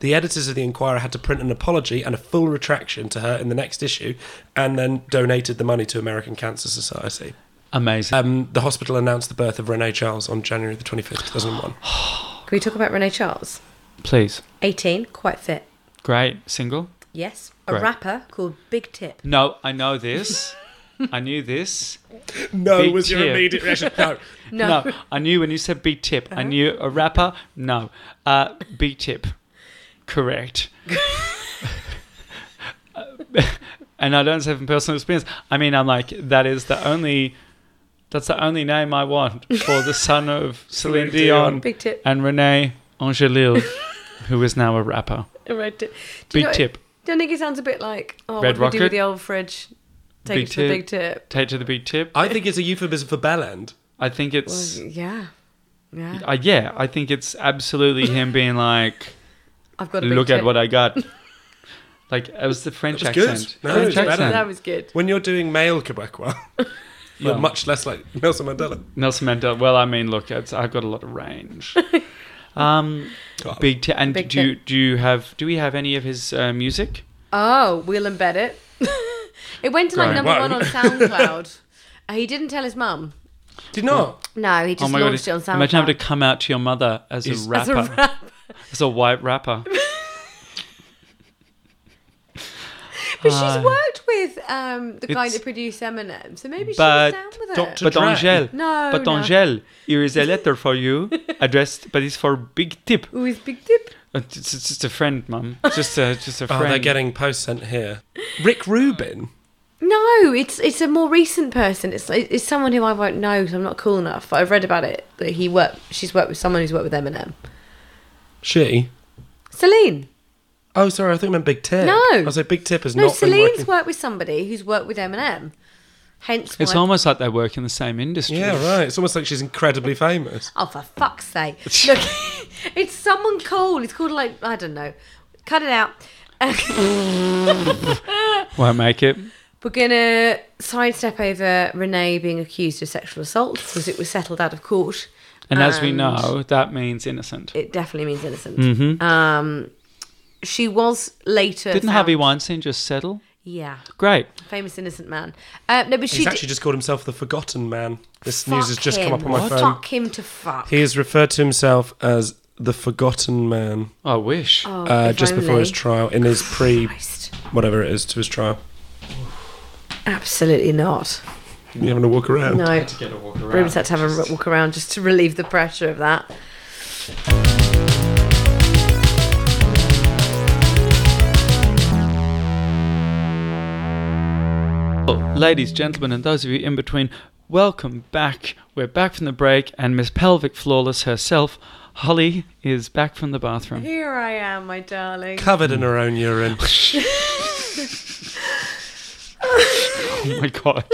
Speaker 9: The editors of the Enquirer had to print an apology and a full retraction to her in the next issue and then donated the money to American Cancer Society.
Speaker 5: [LAUGHS] Amazing.
Speaker 9: Um, the hospital announced the birth of Renee Charles on January the 25th, 2001.
Speaker 8: Can we talk about Renee Charles?
Speaker 5: Please.
Speaker 8: 18, quite fit.
Speaker 5: Great. Single?
Speaker 8: Yes. A
Speaker 5: Great.
Speaker 8: rapper called Big Tip.
Speaker 5: No, I know this. I knew this.
Speaker 9: [GASPS] No
Speaker 5: Big
Speaker 9: was your
Speaker 5: tip.
Speaker 9: immediate reaction. No.
Speaker 5: [LAUGHS] No. Uh-huh. I knew when you said B tip. I knew a rapper. No. Uh, B tip. [LAUGHS] Correct. and I don't say from personal experience. I mean, I'm like, that is the only. That's the only name I want for the son of Celine
Speaker 9: Dion.
Speaker 5: Dion
Speaker 8: Big Tip.
Speaker 5: and Renee
Speaker 8: [LAUGHS]
Speaker 5: Angelil, who is now a rapper.
Speaker 8: Right. Do you
Speaker 5: Big
Speaker 8: know-
Speaker 5: tip.
Speaker 8: Don't think it sounds a bit like, oh,
Speaker 5: Red
Speaker 8: what do we do
Speaker 5: Rocket?
Speaker 8: with the old fridge? Take
Speaker 5: Big
Speaker 8: it to the
Speaker 5: Tip.
Speaker 8: Big Tip.
Speaker 5: Take to the big tip.
Speaker 9: I think it's a euphemism for bell end.
Speaker 5: I think it's.
Speaker 8: Yeah. Yeah.
Speaker 5: Uh, yeah, I think it's absolutely him being like,
Speaker 8: [LAUGHS] I've got a big
Speaker 5: "Look at
Speaker 8: tip.
Speaker 5: what I
Speaker 8: [LAUGHS]
Speaker 5: got." Like it was the French
Speaker 9: That was good.
Speaker 5: accent.
Speaker 9: No,
Speaker 5: French
Speaker 9: it's better.
Speaker 5: accent.
Speaker 8: That was good.
Speaker 9: When you're doing male Quebecois, [LAUGHS] you're
Speaker 5: Well,
Speaker 9: much less like Nelson Mandela.
Speaker 5: Nelson Mandela. Well, I mean, look, it's, I've got a lot of
Speaker 8: [LAUGHS]
Speaker 5: range. um,
Speaker 9: God.
Speaker 5: big t- and
Speaker 8: Big
Speaker 5: do you, do you have do we have any of his uh, music?
Speaker 8: Oh, we'll embed it. [LAUGHS] it went to like
Speaker 5: Great.
Speaker 8: number
Speaker 9: Wow.
Speaker 8: one on SoundCloud. [LAUGHS] Uh, he didn't tell his mum.
Speaker 9: Did not.
Speaker 8: No, he just launched it on SoundCloud.
Speaker 5: Oh Imagine having to come out to your mother as
Speaker 9: He's-
Speaker 5: a [LAUGHS]
Speaker 8: As a
Speaker 5: rapper, as a,
Speaker 8: rapper.
Speaker 5: white rapper.
Speaker 8: [LAUGHS] But
Speaker 5: Ah.
Speaker 8: she's worked with um, the guy
Speaker 5: It's-
Speaker 8: that produced Eminem, so maybe she
Speaker 5: but
Speaker 8: was down with it.
Speaker 9: Dr.
Speaker 5: but
Speaker 9: drag.
Speaker 5: Angel,
Speaker 8: No,
Speaker 5: but
Speaker 8: no.
Speaker 5: Angel, here
Speaker 8: [LAUGHS]
Speaker 5: is a letter for you, addressed, but it's for Big Tip.
Speaker 8: Who is Big Dip?
Speaker 5: Uh, It's it's just a friend, mum. Just a just a
Speaker 9: Oh,
Speaker 5: friend.
Speaker 9: they're getting posts sent here. Rick Rubin.
Speaker 8: No, it's it's a more recent person. It's it's someone who I won't know because I'm not cool enough. But I've read about it that he worked. She's worked with someone who's worked with Eminem.
Speaker 9: She.
Speaker 8: Celine.
Speaker 9: Oh, sorry, I think I meant Big Tip.
Speaker 8: No.
Speaker 9: I was like, Big Tip has
Speaker 8: No,
Speaker 9: not been
Speaker 8: Celine's
Speaker 9: working.
Speaker 8: worked with somebody who's worked with Eminem. Hence,
Speaker 5: It's
Speaker 8: why-
Speaker 5: almost like they work in the same industry.
Speaker 9: Yeah, right. It's almost like she's incredibly famous.
Speaker 8: Oh, for fuck's sake! Look, [LAUGHS] it's someone cool. It's called like I don't know. Cut it out.
Speaker 5: Won't make it.
Speaker 8: We're gonna sidestep over Renee being accused of sexual assault because it was settled out of court.
Speaker 5: And as we
Speaker 8: And-
Speaker 5: know, that means innocent.
Speaker 8: It definitely means innocent. Um, she was later.
Speaker 5: Mm-hmm. Didn't
Speaker 8: found-
Speaker 5: Harvey Weinstein just settle?
Speaker 8: Yeah,
Speaker 5: Great.
Speaker 8: famous innocent man. Uh, no, but she
Speaker 9: He's
Speaker 8: did-
Speaker 9: actually just called himself the Forgotten Man. This
Speaker 8: Fuck
Speaker 9: news has just come
Speaker 8: him.
Speaker 9: up on my phone.
Speaker 8: Fuck him to fuck.
Speaker 9: He has referred to himself as the Forgotten Man
Speaker 5: I wish.
Speaker 8: Oh,
Speaker 9: uh,
Speaker 8: if
Speaker 9: just before
Speaker 8: only.
Speaker 9: his trial, in his pre
Speaker 8: Christ.
Speaker 9: whatever it is to his trial.
Speaker 8: Absolutely not.
Speaker 9: You having a walk around?
Speaker 8: No.
Speaker 5: Get a walk around.
Speaker 8: Rooms had to have a r- walk around just to relieve the pressure of that.
Speaker 5: Well, ladies, gentlemen, and those of you in between, welcome back. We're back from the break, and Miss Pelvic Flawless herself, Holly, is back from the bathroom.
Speaker 8: Here I am, my darling.
Speaker 9: Covered in her own urine.
Speaker 5: [LAUGHS] Oh my god,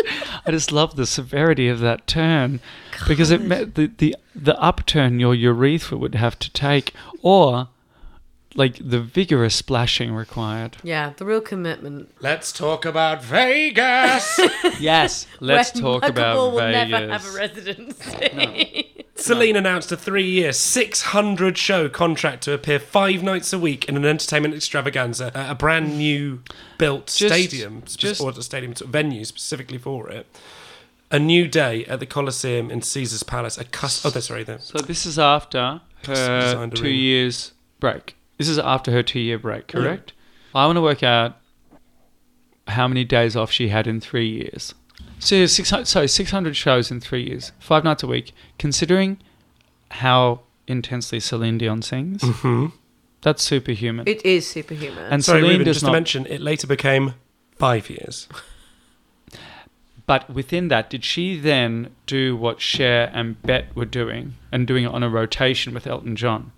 Speaker 5: I just love the severity of that turn because it meant the, the the upturn your urethra would have to take, or like the vigorous splashing required.
Speaker 8: Yeah, the real commitment.
Speaker 9: Let's talk about
Speaker 5: [LAUGHS]
Speaker 9: Vegas.
Speaker 5: Yes, let's
Speaker 8: Where
Speaker 5: talk
Speaker 8: Muggable
Speaker 5: about
Speaker 8: will
Speaker 5: Vegas.
Speaker 8: never have a residency.
Speaker 9: Celine announced a three-year, 600-show contract to appear five nights a week in an entertainment extravaganza at a brand new built
Speaker 5: Just-
Speaker 9: stadium, spe-
Speaker 5: just-
Speaker 9: or a stadium sort of venue specifically for it. A new day at the Colosseum in Caesar's Palace. A cus- oh, that's right there.
Speaker 5: so this is after her
Speaker 9: Designed
Speaker 5: two
Speaker 9: arena.
Speaker 5: years break. This is after her two year break, correct? I want to work out how many days off she had in three years. So six hundred, so six hundred shows in three years, five nights a week. Considering how intensely Celine Dion sings, that's superhuman.
Speaker 8: It is superhuman.
Speaker 5: and
Speaker 9: Mm-hmm. Sorry,
Speaker 5: Celine
Speaker 9: Ruben,
Speaker 5: does
Speaker 9: just
Speaker 5: not.
Speaker 9: to mention, it later became five years.
Speaker 5: But within that, did she then do what Cher and Bet were doing and doing it on a rotation with Elton John?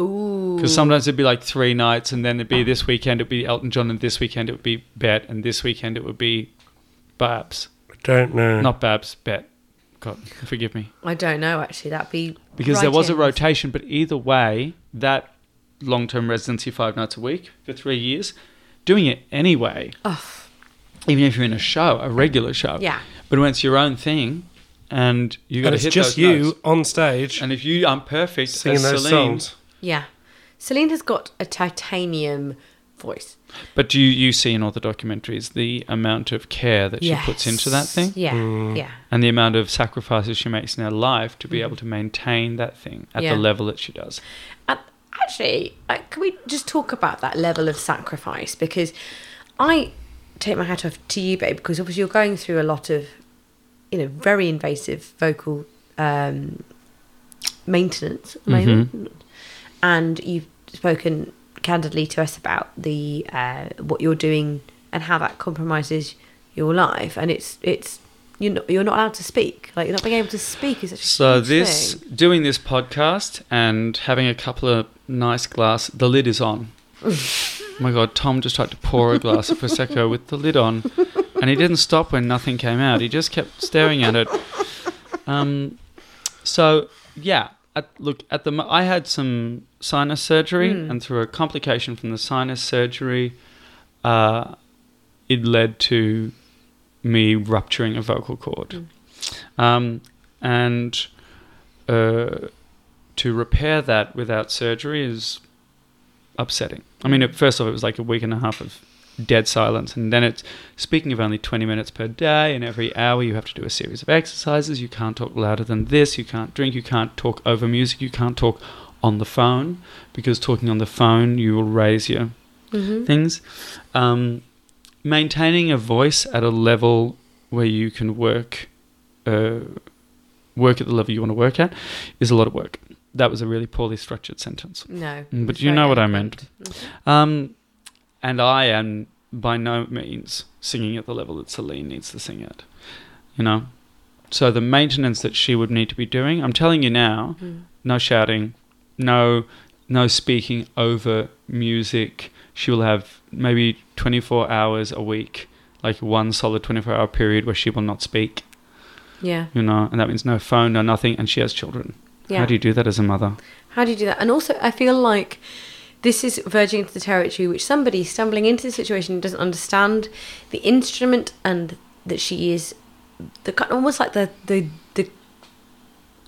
Speaker 8: Ooh.
Speaker 5: Because sometimes it'd be like three nights, and then it'd be this weekend it'd be Elton John, and this weekend it would be Bet, and this weekend it would be Babs,
Speaker 9: I don't know.
Speaker 5: not Babs, Bet. God, forgive me.
Speaker 8: I don't know, actually. That'd be.
Speaker 5: Because there was a
Speaker 8: write-ins.
Speaker 5: rotation, but either way, that long-term residency, five nights a week for three years, doing it anyway, even if you're in a show, a regular show,
Speaker 8: Yeah.
Speaker 5: But when it's your own thing, and you got to
Speaker 9: and it's
Speaker 5: hit
Speaker 9: just
Speaker 5: those
Speaker 9: you
Speaker 5: notes.
Speaker 9: on stage
Speaker 5: And if you aren't perfect,
Speaker 9: singing
Speaker 5: as
Speaker 9: those
Speaker 5: Celine,
Speaker 9: songs.
Speaker 8: Yeah. Celine has got a titanium voice.
Speaker 5: but do you, you see in all the documentaries the amount of care that
Speaker 8: Yes.
Speaker 5: she puts into that thing,
Speaker 8: Yeah. Yeah.
Speaker 5: and the amount of sacrifices she makes in her life to be able to maintain that thing at
Speaker 8: Mm-hmm. Yeah.
Speaker 5: the level that she does.
Speaker 8: And actually, uh, can we just talk about that level of sacrifice? Because I take my hat off to you, babe, because obviously you're going through a lot of, you know, very invasive vocal um, maintenance at the
Speaker 5: Mm-hmm.
Speaker 8: moment. and you've spoken candidly to us about the uh, what you're doing and how that compromises your life, and it's it's. You're not, you're not allowed to speak. Like you're not being able to speak is such a
Speaker 5: So
Speaker 8: huge
Speaker 5: this
Speaker 8: thing.
Speaker 5: doing this podcast and having a couple of nice glass. The lid is
Speaker 8: [LAUGHS]
Speaker 5: on. oh my god, Tom just tried to pour a glass of prosecco with the lid on, and he didn't stop when nothing came out. He just kept staring at it. Um, so yeah, at, look at the. mo- I had some sinus surgery,
Speaker 8: Hmm.
Speaker 5: and through a complication from the sinus surgery, uh, it led to me rupturing a vocal cord.
Speaker 8: Hmm.
Speaker 5: Um, and uh, to repair that without surgery is upsetting. I mean, at first off, it was like a week and a half of dead silence, and then it's speaking of only 20 minutes per day, and every hour you have to do a series of exercises. You can't talk louder than this, you can't drink, you can't talk over music, you can't talk on the phone because talking on the phone, you will raise your
Speaker 8: Mm-hmm.
Speaker 5: things. Um, maintaining a voice at a level where you can work uh, work at the level you want to work at is a lot of work. That was a really poorly structured sentence.
Speaker 8: no,
Speaker 5: Mm, But
Speaker 8: it's
Speaker 5: you
Speaker 8: very
Speaker 5: know what I
Speaker 8: eloquent.
Speaker 5: meant. Um, and I am by no means singing at the level that Celine needs to sing at. You know? So the maintenance that she would need to be doing, I'm telling you now,
Speaker 8: Mm.
Speaker 5: no shouting, no no speaking over music. She will have maybe 24 hours a week, like one solid 24 hour period where she will not speak
Speaker 8: Yeah.
Speaker 5: you know, and that means no phone, no nothing, and she has children.
Speaker 8: Yeah.
Speaker 5: How do you do that as a mother?
Speaker 8: How do you do that? And also, I feel like this is verging into the territory which somebody stumbling into the situation doesn't understand the instrument and that she is the kind almost like the the the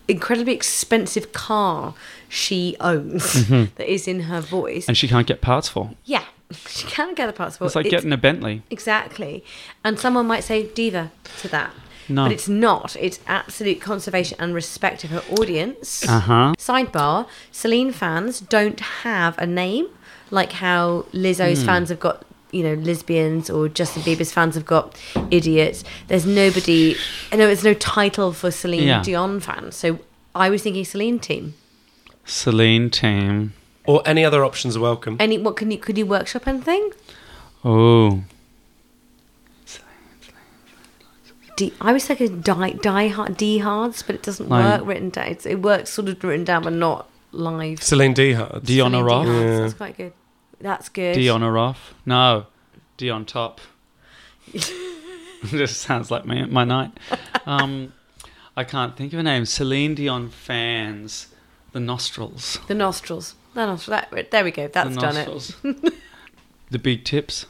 Speaker 8: incredibly expensive car she owns that is in her voice.
Speaker 5: Mm-hmm. And she can't get parts for.
Speaker 8: yeah, [LAUGHS] she can't get the parts for
Speaker 5: It's like
Speaker 8: it.
Speaker 5: getting a Bentley.
Speaker 8: Exactly. And someone might say diva to that.
Speaker 5: No.
Speaker 8: But it's not. It's absolute conservation and respect of her audience.
Speaker 5: Uh huh.
Speaker 8: Sidebar: Celine fans don't have a name, like how Lizzo's
Speaker 5: Hmm.
Speaker 8: fans have got, you know, lesbians, or Justin Bieber's fans have got idiots. There's nobody, no, there's no title for Celine
Speaker 5: Yeah.
Speaker 8: Dion fans. So I was thinking Celine team.
Speaker 5: Celine team.
Speaker 9: Or any other options are welcome.
Speaker 8: Any what can you could you workshop anything?
Speaker 5: Oh.
Speaker 8: D, I was thinking die die hard D hards, but it doesn't
Speaker 5: Like-
Speaker 8: work written down. It's, it works sort of written down, but not live.
Speaker 9: Celine Dihard.
Speaker 5: Dion
Speaker 8: Celine
Speaker 5: or off?
Speaker 8: Dion.
Speaker 9: Yeah.
Speaker 8: That's quite good. That's good.
Speaker 5: D on or off? No. D on top. [LAUGHS] Just sounds like my, my night. Um, I can't think of a name. Celine Dion fans. The nostrils.
Speaker 8: The nostrils. The nostrils. That, there we go. That's
Speaker 5: the
Speaker 8: done it.
Speaker 5: nostrils. the big tips.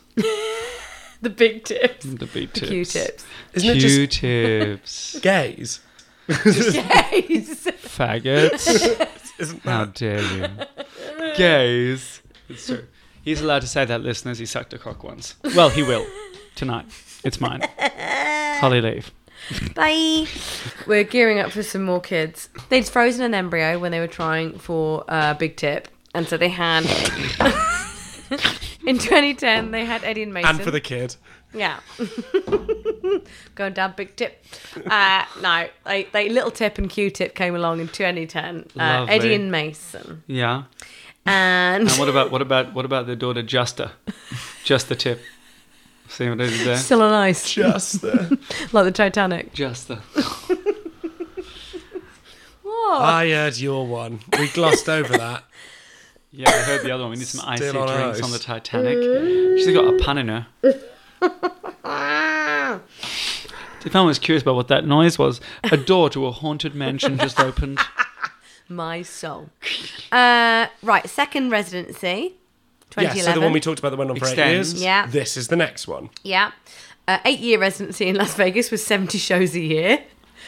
Speaker 8: The big tips.
Speaker 5: The big
Speaker 8: The
Speaker 5: tips.
Speaker 8: Q-tips.
Speaker 9: Isn't it just
Speaker 5: Q-tips.
Speaker 9: gays?
Speaker 8: Yes.
Speaker 5: Faggots. [LAUGHS]
Speaker 9: Isn't
Speaker 5: How dare [LAUGHS] you? Gays. It's true. He's allowed to say that, listeners. He sucked a cock once. Well, he will. Tonight. It's mine. Holly leave.
Speaker 8: Bye. We're gearing up for some more kids. They'd frozen an embryo when they were trying for a big tip, and so they had. [LAUGHS] In 2010, they had Eddie and Mason.
Speaker 9: and for the kid.
Speaker 8: Yeah. [LAUGHS] Going down big tip. Uh, no, they, they little tip and Q tip came along in 2010. Uh,
Speaker 5: Lovely.
Speaker 8: Eddie and Mason.
Speaker 5: Yeah.
Speaker 8: And
Speaker 5: And what about what about what about their daughter Justa? Just the tip. See what I did there?
Speaker 8: [LAUGHS] still on ice, [LAUGHS]
Speaker 9: Just the.
Speaker 8: like the Titanic.
Speaker 5: Justa.
Speaker 8: Oh.
Speaker 9: I heard your one. We glossed over
Speaker 8: [LAUGHS]
Speaker 9: that.
Speaker 5: Yeah, I heard the other one. We need some icy
Speaker 9: Still on
Speaker 5: drinks
Speaker 9: ice.
Speaker 5: on the Titanic. She's got a pun in
Speaker 9: [LAUGHS]
Speaker 5: her. If anyone was curious about what that noise was, a door to a haunted mansion just opened.
Speaker 8: My
Speaker 9: [LAUGHS]
Speaker 8: soul. Uh, right, second residency,
Speaker 9: Yeah,
Speaker 8: 2011.
Speaker 9: so the one we talked about that went on for eight
Speaker 5: Extends.
Speaker 9: years.
Speaker 8: Yeah.
Speaker 9: This is the next one.
Speaker 8: yeah. Uh, eight year residency in Las Vegas was 70 shows a year.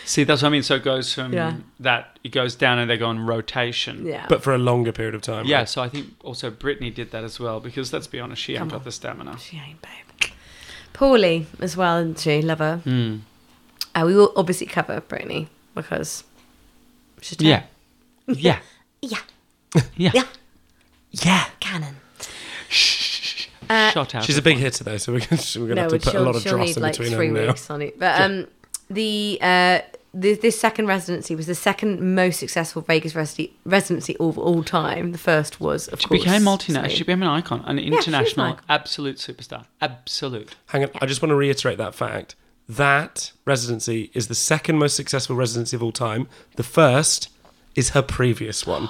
Speaker 5: See, that's what I mean. So it goes from
Speaker 8: Yeah.
Speaker 5: that, it goes down and they go on rotation.
Speaker 8: Yeah.
Speaker 9: But for a longer period of time.
Speaker 5: Yeah,
Speaker 9: right?
Speaker 5: so I think also Britney did that as well because let's be honest, she ain't got the stamina.
Speaker 8: She ain't, babe. Paulie as well, isn't she? Love her.
Speaker 9: Hmm.
Speaker 8: Uh, we will obviously cover Britney because she's [LAUGHS]
Speaker 5: Yeah. Yeah.
Speaker 8: Yeah.
Speaker 5: [LAUGHS] Yeah.
Speaker 8: Yeah.
Speaker 5: Yeah.
Speaker 8: Canon. Uh,
Speaker 5: Shot out.
Speaker 9: She's a big hitter though, so we're going to, [LAUGHS] we're going to have to
Speaker 8: but
Speaker 9: put a
Speaker 8: she'll-
Speaker 9: lot of
Speaker 8: she'll
Speaker 9: dross
Speaker 8: need
Speaker 9: in
Speaker 8: like
Speaker 9: between
Speaker 8: three
Speaker 9: them now.
Speaker 8: weeks on it. But um, the uh, the, this second residency was the second most successful Vegas residency residency of all time. The first was, of
Speaker 5: She
Speaker 8: course,
Speaker 5: became multinational.
Speaker 8: Celine.
Speaker 5: She became an icon, an
Speaker 8: was an
Speaker 5: international,
Speaker 8: icon.
Speaker 5: absolute superstar. Absolute.
Speaker 9: Hang on, I just want to reiterate that fact. That residency is the second most successful residency of all time. The first is her previous one.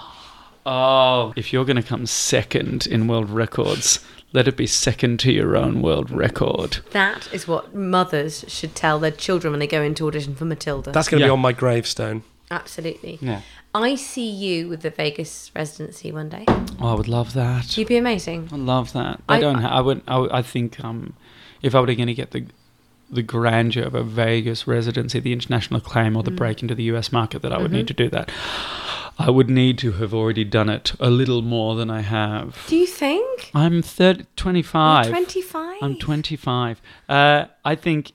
Speaker 5: Oh, if you're going to come second in world records, let it be second to your own world record.
Speaker 8: That is what mothers should tell their children when they go into audition for Matilda.
Speaker 9: That's going to
Speaker 5: Yeah.
Speaker 9: be on my gravestone.
Speaker 8: Absolutely.
Speaker 5: Yeah.
Speaker 8: I see you with the Vegas residency one day.
Speaker 5: Oh, I would love that.
Speaker 8: You'd be amazing.
Speaker 5: I love that. I,
Speaker 8: I-
Speaker 5: don't. Ha- I would. I, would- I think um, if I were going to get the the grandeur of a Vegas residency, the international acclaim, or the break into the U.S. market, that I would need to do that. I would need to have already done it a little more than I have.
Speaker 8: Do you think?
Speaker 5: I'm 30, 25.
Speaker 8: 25?
Speaker 5: I'm 25. Uh, I think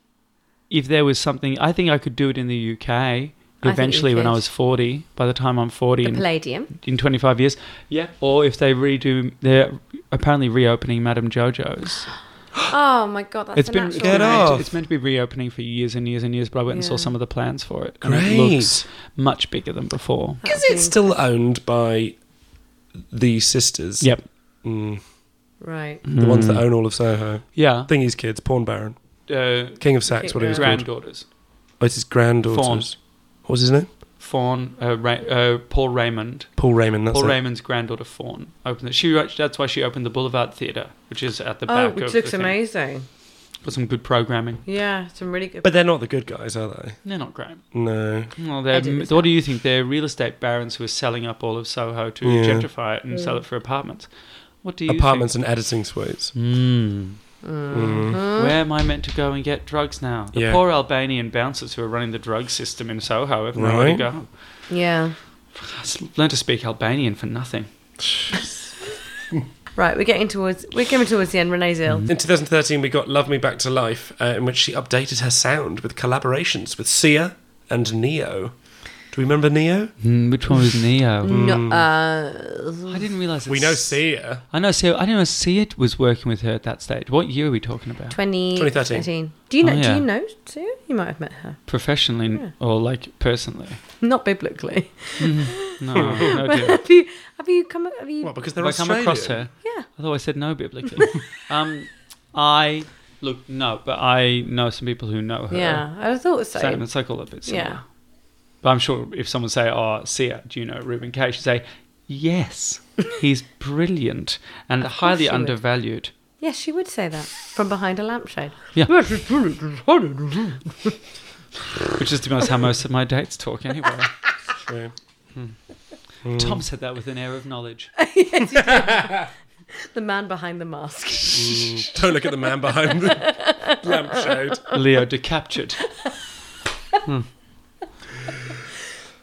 Speaker 5: if there was something, I think I could do it in the UK
Speaker 8: you
Speaker 5: eventually when I
Speaker 8: could.
Speaker 5: was 40. By the time I'm 40
Speaker 8: The
Speaker 5: in-
Speaker 8: Palladium.
Speaker 5: in 25 years. Yeah. Or if they redo, they're apparently reopening Madame JoJo's.
Speaker 8: Oh my god, that's
Speaker 5: It's
Speaker 8: an
Speaker 5: been
Speaker 8: actual
Speaker 9: Get
Speaker 5: meant-
Speaker 9: off.
Speaker 5: it's meant to be reopening for years and years and years, but I went and saw
Speaker 8: Yeah.
Speaker 5: some of the plans for it. and it
Speaker 9: Great.
Speaker 5: looks much bigger than before.
Speaker 9: Is it still owned by the sisters?
Speaker 5: Yep. Mm.
Speaker 9: Mm,
Speaker 8: Right.
Speaker 9: the ones that own all of Soho.
Speaker 5: Hmm. Yeah.
Speaker 9: Thingy's kids, Pawn Baron,
Speaker 5: Uh,
Speaker 9: King of Sax, what he was called.
Speaker 5: granddaughters.
Speaker 9: Oh, it's his granddaughters. What was his name?
Speaker 5: Fawn, uh, Ra- uh, Paul Raymond.
Speaker 9: Paul Raymond. That's
Speaker 5: Paul
Speaker 9: it.
Speaker 5: Raymond's granddaughter Fawn opened it. She wrote- that's why she opened the Boulevard Theatre, which is at the
Speaker 8: Oh,
Speaker 5: back.
Speaker 8: which
Speaker 5: of
Speaker 8: looks
Speaker 5: the thing.
Speaker 8: amazing.
Speaker 5: Got some good programming.
Speaker 8: Yeah, some really good.
Speaker 9: But they're not the good guys, are they?
Speaker 5: They're not great.
Speaker 9: No.
Speaker 5: Well, they're,
Speaker 8: Edit this
Speaker 5: what do you think? They're real estate barons who are selling up all of Soho to
Speaker 9: Yeah.
Speaker 5: gentrify it and sell it for apartments. What do you
Speaker 9: Apartments and editing suites. Mm.
Speaker 5: Think? Mm. Where am I meant to go and get drugs now? The
Speaker 9: Yeah.
Speaker 5: poor Albanian bouncers who are running the drug system in Soho have nowhere to
Speaker 9: Right.
Speaker 5: go.
Speaker 8: yeah.
Speaker 5: I've learned to speak Albanian for nothing.
Speaker 8: Right, we're getting towards we're getting towards the end. Renee's ill.
Speaker 5: Mm. Mm-hmm.
Speaker 9: In 2013, we got Love Me Back to Life, uh, in which she updated her sound with collaborations with Sia and Neo. Do we remember Neo?
Speaker 5: which one was Neo?
Speaker 8: No, uh,
Speaker 5: I didn't realize.
Speaker 9: We know Sia.
Speaker 5: I know. See, I didn't know Sia was working with her at that stage. What year are we talking about?
Speaker 8: 20,
Speaker 9: 2013.
Speaker 8: 13. Do you know?
Speaker 5: Oh, yeah.
Speaker 8: Do you know? Sue? You might have met her,
Speaker 5: Professionally or like personally?
Speaker 8: not biblically.
Speaker 5: No, no
Speaker 8: [LAUGHS]
Speaker 5: dear.
Speaker 8: have you? Have you come? Have you?
Speaker 9: Well, because they're
Speaker 5: Have I come
Speaker 9: Australian.
Speaker 5: across her?
Speaker 8: Yeah.
Speaker 5: Although I said no
Speaker 8: [LAUGHS]
Speaker 5: biblically. um, I look no, but I know some people who know her.
Speaker 8: Yeah, I thought so.
Speaker 5: Same. It's like all a bit similar.
Speaker 8: Yeah.
Speaker 5: But I'm sure if someone say, "Oh, Sia, do you know Ruben K?" She'd say, "Yes, he's brilliant and highly
Speaker 8: she would.
Speaker 5: undervalued."
Speaker 8: Yes, she would say that from behind a lampshade. [LAUGHS]
Speaker 5: Which is, to be honest, how most of my dates talk
Speaker 8: [LAUGHS]
Speaker 5: anyway.
Speaker 9: True.
Speaker 5: Tom said that with an air of
Speaker 8: [LAUGHS]
Speaker 5: knowledge.
Speaker 8: The man behind the mask. [LAUGHS]
Speaker 9: Don't look at the man behind the [LAUGHS] lampshade.
Speaker 5: Leo decaptured.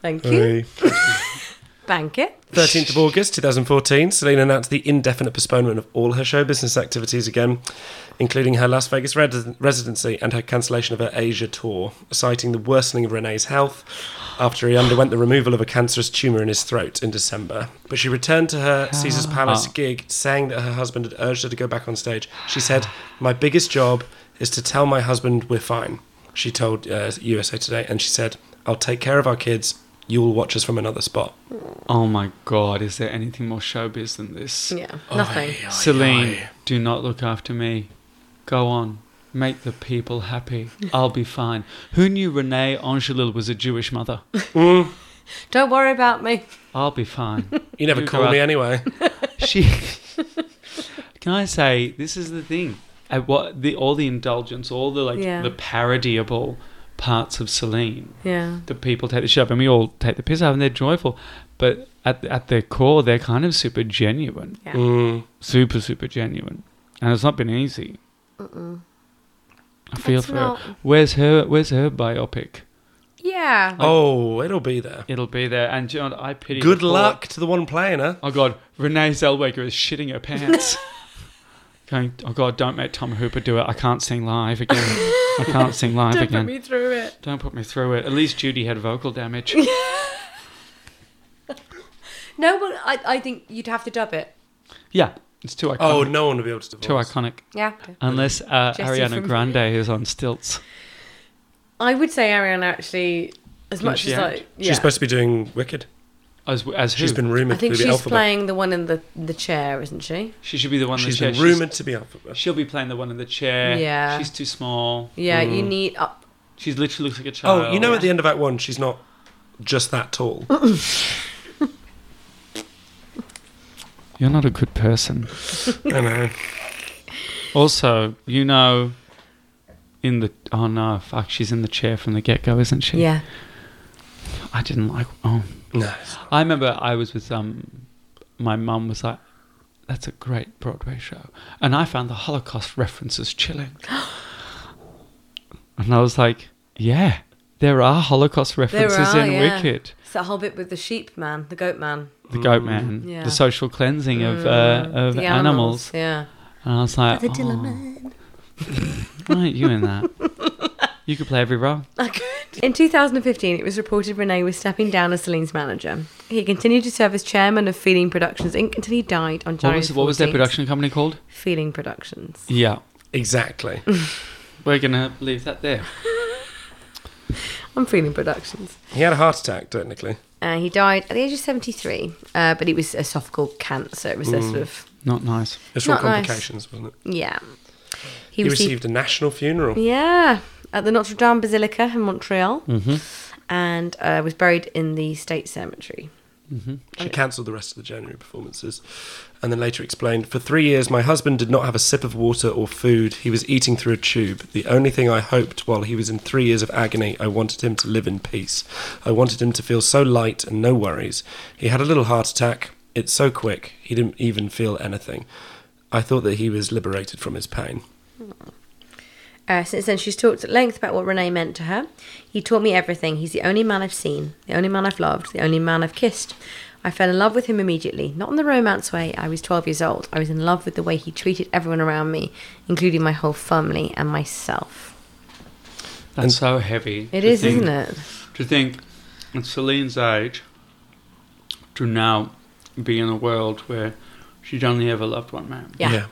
Speaker 8: Thank you.
Speaker 9: Hey.
Speaker 8: Bank it.
Speaker 9: 13th of August 2014, Selena announced the indefinite postponement of all her show business activities again, including her Las Vegas res- residency and her cancellation of her Asia tour, citing the worsening of Renee's health after he underwent the removal of a cancerous tumour in his throat in December. But she returned to her Caesar's Palace gig, saying that her husband had urged her to go back on stage. She said, My biggest job is to tell my husband we're fine, she told uh, USA Today. And she said, I'll take care of our kids. You'll watch us from another spot.
Speaker 5: Oh my God, is there anything more showbiz than this?
Speaker 8: Yeah,
Speaker 9: Oh,
Speaker 8: nothing.
Speaker 9: Aye, aye,
Speaker 5: Celine,
Speaker 9: aye.
Speaker 5: do not look after me. Go on. Make the people happy. I'll be fine. Who knew Renee Angelil was a Jewish mother?
Speaker 8: Don't worry about me.
Speaker 5: I'll be fine.
Speaker 9: You never
Speaker 5: You go
Speaker 9: call me
Speaker 5: out- [LAUGHS]
Speaker 9: anyway.
Speaker 5: she. Can I say this is the thing? At what the all the indulgence, all the like
Speaker 8: Yeah.
Speaker 5: the parodyable parts of Celine
Speaker 8: Yeah.
Speaker 5: that people take the shit up, and we all take the piss out, and they're joyful, but at at their core, they're kind of super genuine,
Speaker 8: Yeah.
Speaker 9: Mm.
Speaker 5: super super genuine, and it's not been easy. I feel
Speaker 8: It's
Speaker 5: for
Speaker 8: not-
Speaker 5: her. Where's her? Where's her biopic?
Speaker 8: Yeah.
Speaker 9: Oh, it'll be there.
Speaker 5: It'll be there. And John, I pity.
Speaker 9: Good
Speaker 5: the poor-
Speaker 9: luck to the one playing her.
Speaker 5: Oh God, Renee Zellweger is shitting her
Speaker 8: [LAUGHS]
Speaker 5: pants. Going, oh God, don't make Tom Hooper do it. I can't sing live again.
Speaker 8: [LAUGHS]
Speaker 5: I can't sing live
Speaker 8: Don't
Speaker 5: again.
Speaker 8: put me through it.
Speaker 5: Don't put me through it. At least Judy had vocal
Speaker 8: [LAUGHS]
Speaker 5: damage.
Speaker 8: No, but I, I think you'd have to dub it.
Speaker 5: yeah, it's too iconic.
Speaker 9: Oh, no one will be able to
Speaker 5: Too
Speaker 9: divorce.
Speaker 5: iconic.
Speaker 8: Yeah.
Speaker 5: Unless uh,
Speaker 8: Jesse
Speaker 5: Ariana
Speaker 8: from-
Speaker 5: Grande is on stilts.
Speaker 8: I would say Ariana actually, as much
Speaker 5: she
Speaker 8: as
Speaker 5: act?
Speaker 8: I. Yeah.
Speaker 9: She's supposed to be doing Wicked.
Speaker 5: As, as who?
Speaker 9: She's been rumored
Speaker 8: I think
Speaker 9: to be
Speaker 8: she's
Speaker 9: Alphabet.
Speaker 8: playing the one in the, the chair, isn't she?
Speaker 5: she should be the one in the
Speaker 9: She's
Speaker 5: chair.
Speaker 9: been rumored to be Alphabet.
Speaker 5: she'll be playing the one in the chair.
Speaker 8: Yeah.
Speaker 5: She's too small.
Speaker 8: Yeah, you need. Uh,
Speaker 5: She's literally looks like a child.
Speaker 9: Oh, you know, at the end of Act One, she's not just
Speaker 8: [LAUGHS]
Speaker 9: that tall.
Speaker 5: You're not a good person.
Speaker 9: I know.
Speaker 5: Also, you know, in the oh no, fuck, she's in the chair from the get go, isn't she?
Speaker 8: yeah.
Speaker 5: I didn't like. Oh,
Speaker 9: No.
Speaker 5: I remember I was with um, my mum was like, "That's a great Broadway show," and I found the Holocaust references
Speaker 8: [GASPS]
Speaker 5: chilling. and I was like, "Yeah, there are Holocaust
Speaker 8: There
Speaker 5: references
Speaker 8: are.
Speaker 5: in
Speaker 8: yeah.
Speaker 5: Wicked,
Speaker 8: It's that whole bit with the sheep man, the goat man.
Speaker 5: the Goat Man,
Speaker 8: Yeah. Mm.
Speaker 5: the social cleansing of uh, of
Speaker 8: the
Speaker 5: animals.
Speaker 8: Yeah.
Speaker 5: And I was like, the oh, why aren't you in
Speaker 8: [LAUGHS]
Speaker 5: that? You could play every role.
Speaker 8: In 2015, it was reported Renee was stepping down as Celine's manager. He continued to serve as chairman of Feeling Productions Inc. until he died on
Speaker 5: What
Speaker 8: January.
Speaker 5: was, what was their
Speaker 8: 14th.
Speaker 5: production company called?
Speaker 8: Feeling Productions.
Speaker 5: Yeah.
Speaker 9: Exactly.
Speaker 8: Mm.
Speaker 5: We're going to leave that there.
Speaker 8: I'm Feeling Productions.
Speaker 9: He had a heart attack, technically.
Speaker 8: Uh, he died at the age of 73, uh, but it was esophageal cancer. It was
Speaker 5: Mm.
Speaker 8: a sort of
Speaker 5: Not nice.
Speaker 9: It's all
Speaker 8: Not nice.
Speaker 9: complications, wasn't it?
Speaker 8: yeah.
Speaker 9: He received a national funeral.
Speaker 8: yeah at the Notre Dame Basilica in Montreal,
Speaker 5: Mm-hmm.
Speaker 8: and uh, was buried in the state cemetery.
Speaker 9: She cancelled the rest of the January performances and then later explained For three years, my husband did not have a sip of water or food. He was eating through a tube. The only thing I hoped while he was in three years of agony, I wanted him to live in peace. I wanted him to feel so light and no worries. He had a little heart attack. It's so quick, he didn't even feel anything. I thought that he was liberated from his pain.
Speaker 8: Uh, since then, she's talked at length about what Renee meant to her. He taught me everything. He's the only man I've seen, the only man I've loved, the only man I've kissed. I fell in love with him immediately, not in the romance way. I was 12 years old. I was in love with the way he treated everyone around me, including my whole family and myself.
Speaker 5: That's so heavy.
Speaker 8: It
Speaker 5: to
Speaker 8: is,
Speaker 5: think-
Speaker 8: isn't it?
Speaker 5: To think at Celine's age to now be in a world where she'd only ever loved one man.
Speaker 8: Yeah.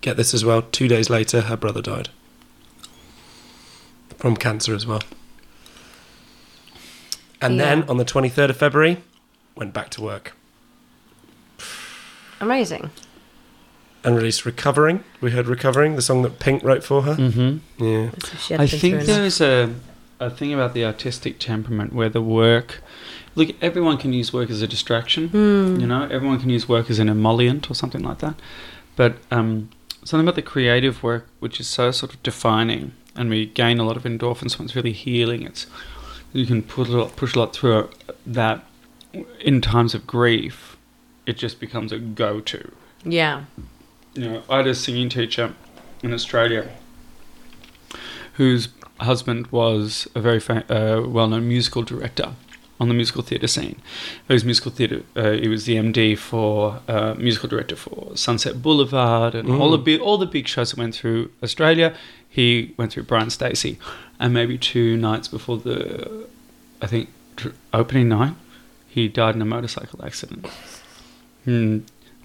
Speaker 9: Get this as well. Two days later, her brother died from cancer as well. And
Speaker 8: Yeah.
Speaker 9: then on the 23rd of February, went back to work
Speaker 8: Amazing.
Speaker 9: and released Recovering. We heard Recovering, the song that Pink wrote for her.
Speaker 5: Mm-hmm.
Speaker 9: Yeah.
Speaker 8: That's what she had
Speaker 5: I
Speaker 8: been
Speaker 5: think
Speaker 8: through
Speaker 5: there is a, a thing about the artistic temperament where the work. Look, everyone can use work as a distraction. You know, everyone can use work as an emollient or something like that. But um, something about the creative work, which is so sort of defining, and we gain a lot of endorphins when it's really healing. It's you can put a lot, push a lot through it, that. In times of grief, it just becomes a go-to
Speaker 8: now. Yeah.
Speaker 5: you know, I had a singing teacher in Australia whose husband was a very fa- uh, well-known musical director on the musical theatre scene. He was musical theatre. Uh, he was the MD for uh, musical director for Sunset Boulevard and all the big, all the big shows that went through Australia. He went through Brian Stacey, and maybe two nights before the, I think dr- opening night, he died in a motorcycle accident. Hmm.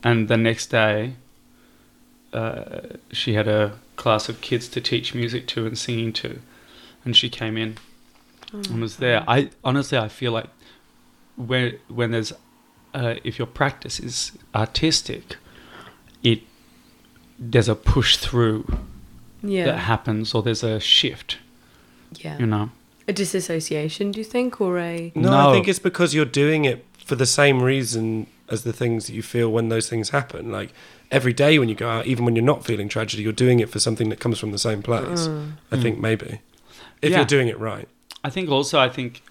Speaker 5: And the next day, uh, she had a class of kids to teach music to and singing to, and she came in and was there. I honestly, I feel like when when there's uh, if your practice is artistic, it there's a push through that
Speaker 8: Yeah.
Speaker 5: happens, or there's a shift.
Speaker 8: Yeah.
Speaker 5: You know.
Speaker 8: A disassociation, do you think, or a
Speaker 9: No,
Speaker 5: No.
Speaker 9: I think it's because you're doing it for the same reason as the things that you feel when those things happen. Like every day when you go out, even when you're not feeling tragedy, you're doing it for something that comes from the same place. I think maybe. If
Speaker 5: Mm. Yeah.
Speaker 9: you're doing it right.
Speaker 5: I think also I think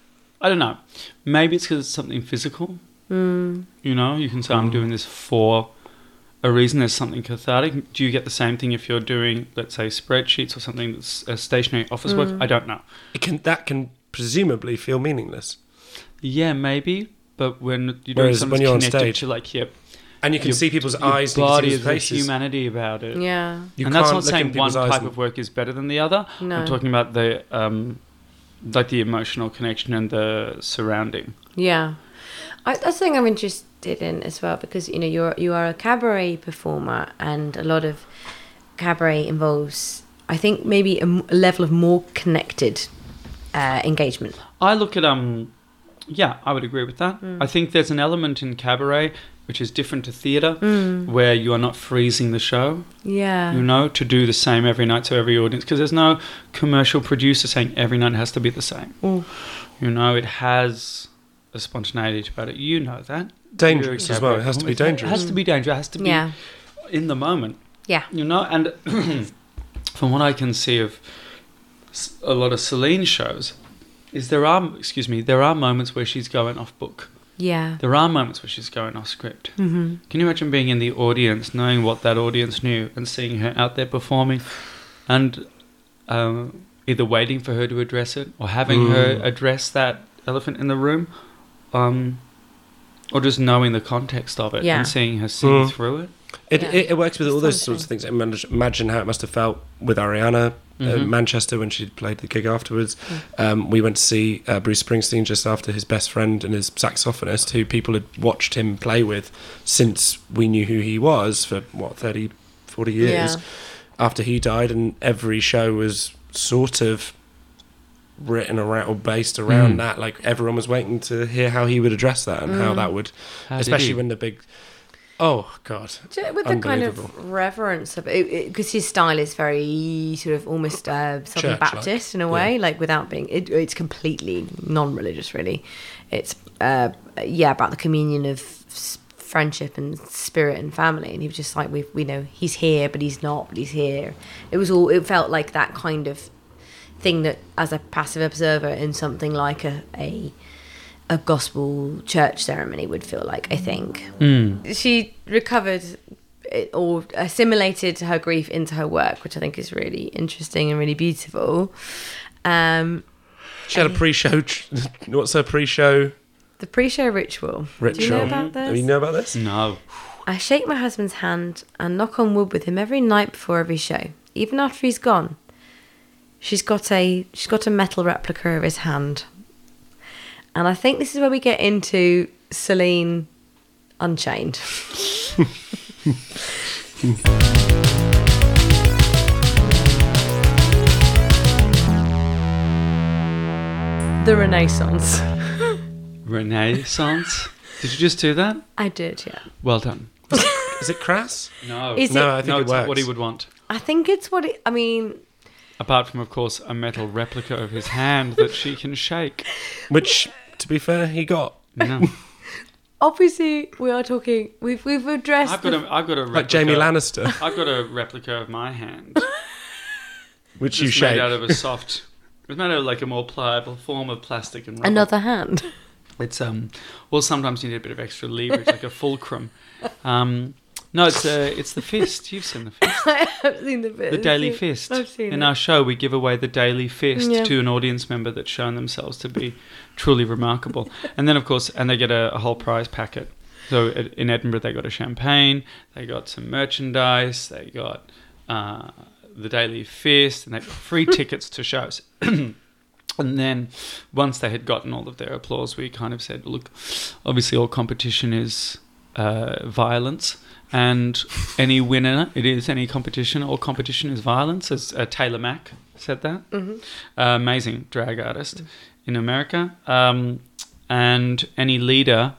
Speaker 5: I don't know. Maybe it's because it's something physical.
Speaker 8: Mm.
Speaker 5: You know, you can say
Speaker 9: Mm.
Speaker 5: I'm doing this for a reason. There's something cathartic. Do you get the same thing if you're doing, let's say, spreadsheets or something that's uh, stationary office
Speaker 8: Mm.
Speaker 5: work? I don't know.
Speaker 9: It can that can presumably feel meaningless.
Speaker 5: Yeah, maybe. But when you're doing
Speaker 9: Whereas
Speaker 5: something
Speaker 9: when you're on
Speaker 5: connected
Speaker 9: stage,
Speaker 5: to like your,
Speaker 9: And you can
Speaker 5: your-
Speaker 9: see people's
Speaker 5: your
Speaker 9: eyes, you can see
Speaker 5: body,
Speaker 9: people's
Speaker 5: there's
Speaker 9: faces.
Speaker 5: humanity about it.
Speaker 8: yeah.
Speaker 9: You
Speaker 5: and that's
Speaker 9: can't
Speaker 5: not
Speaker 9: look in
Speaker 5: saying one
Speaker 9: people's eyes
Speaker 5: type
Speaker 9: and-
Speaker 5: of work is better than the other.
Speaker 8: No.
Speaker 5: I'm talking about the um, like the emotional connection and the surrounding.
Speaker 8: Yeah. I, that's something I'm interested in as well because you know you're you are a cabaret performer and a lot of cabaret involves I think maybe a, m- a level of more connected uh, engagement.
Speaker 5: I look at um, yeah, I would agree with that. I think there's an element in cabaret which is different to theatre, where you are not freezing the show,
Speaker 8: Yeah.
Speaker 5: you know, to do the same every night to every audience, because there's no commercial producer saying every night has to be the same. You know, it has a spontaneity about it. You know that
Speaker 9: Dangerous
Speaker 5: You're a
Speaker 9: as well.
Speaker 5: cabaret
Speaker 9: It has to be
Speaker 5: performer.
Speaker 9: dangerous.
Speaker 5: It has to be dangerous. It has to be
Speaker 8: Yeah.
Speaker 5: in the moment
Speaker 8: Yeah.
Speaker 5: you know and [CLEARS THROAT] from what i can see of s- a lot of celine shows is there are excuse me there are moments where she's going off book
Speaker 8: Yeah.
Speaker 5: there are moments where she's going off script mm-hmm. can you imagine being in the audience knowing what that audience knew and seeing her out there performing and um, either waiting for her to address it or having
Speaker 9: Mm.
Speaker 5: her address that elephant in the room um, or just knowing the context of it
Speaker 8: Yeah.
Speaker 5: and seeing her sing
Speaker 9: Mm.
Speaker 5: through it
Speaker 9: It,
Speaker 4: Yeah.
Speaker 9: it, it works with all those sorts of things. Imagine, imagine how it must have felt with Ariana uh,
Speaker 5: Mm-hmm.
Speaker 9: Manchester when she played the gig afterwards. Um, we went to see uh, Bruce Springsteen just after his best friend and his saxophonist, who people had watched him play with since we knew who he was for what 30, 40 years
Speaker 8: Yeah.
Speaker 9: after he died, and every show was sort of written around or based around
Speaker 5: Hmm.
Speaker 9: that. Like everyone was waiting to hear how he would address that and how that would,
Speaker 5: How did
Speaker 9: especially
Speaker 5: he?
Speaker 9: when the big. Oh God!
Speaker 8: Ju- With the kind of reverence of it, because his style is very sort of almost uh, Southern
Speaker 9: Church-like.
Speaker 8: Baptist in a way, like without being, it, it's completely non-religious. Really, it's uh, yeah about the communion of s- friendship and spirit and family. And he was just like, we we know he's here, but he's not, but he's here. It was all. It felt like that kind of thing that, as a passive observer in something like a a, a gospel church ceremony, would feel like. I think
Speaker 5: Mm,
Speaker 8: she recovered it or assimilated her grief into her work, which I think is really interesting and really beautiful. Um,
Speaker 9: She had a pre-show. [LAUGHS] What's her pre-show
Speaker 8: the pre-show ritual.
Speaker 9: ritual?
Speaker 8: Do you know about
Speaker 9: Do you
Speaker 8: this?
Speaker 9: know about this?
Speaker 5: no
Speaker 8: I shake my husband's hand and knock on wood with him every night before every show, even after he's gone. She's got a she's got a metal replica of his hand, and I think this is where we get into Celine Unchained. [LAUGHS] the Renaissance.
Speaker 5: Renaissance. Did you just do that?
Speaker 8: I did, yeah.
Speaker 5: Well done.
Speaker 9: Is it crass?
Speaker 5: No,
Speaker 8: Is
Speaker 9: No,
Speaker 8: it?
Speaker 9: I think
Speaker 5: no,
Speaker 9: it
Speaker 5: it's not
Speaker 9: works.
Speaker 5: what he would want.
Speaker 8: I think it's what it, I mean.
Speaker 5: Apart from, of course, a metal replica of his hand that she can shake.
Speaker 9: Which, to be fair, he got
Speaker 5: No,
Speaker 8: obviously we are talking we've we've addressed
Speaker 5: I've got a, I've got a replica.
Speaker 9: like Jamie Lannister, [LAUGHS]
Speaker 5: I've got a replica of my hand.
Speaker 9: which you
Speaker 5: It's
Speaker 9: shake.
Speaker 5: made out of a soft. It's made out of like a more pliable form of plastic and rubber.
Speaker 8: another hand [LAUGHS]
Speaker 5: It's um. Well, sometimes you need a bit of extra leverage, like a fulcrum. Um. No, it's uh, it's the fist. You've seen the fist.
Speaker 8: i've seen the bit
Speaker 5: The Daily Fist.
Speaker 8: i've seen
Speaker 5: In
Speaker 8: it.
Speaker 5: our show, we give away the Daily Fist
Speaker 8: Yeah.
Speaker 5: to an audience member that's shown themselves to be truly remarkable. and then, of course, and they get a, a whole prize packet. So at- in Edinburgh, they got a champagne, they got some merchandise, they
Speaker 8: [LAUGHS]
Speaker 5: got uh, the Daily Fist, and they got free tickets to shows. [CLEARS THROAT] And then once they had gotten all of their applause, we kind of said, look, obviously all competition is uh, violence. And any winner, it is any competition, all competition is violence, as uh, Taylor Mack said that. Mm-hmm. Uh, amazing drag artist in America. Um, and any leader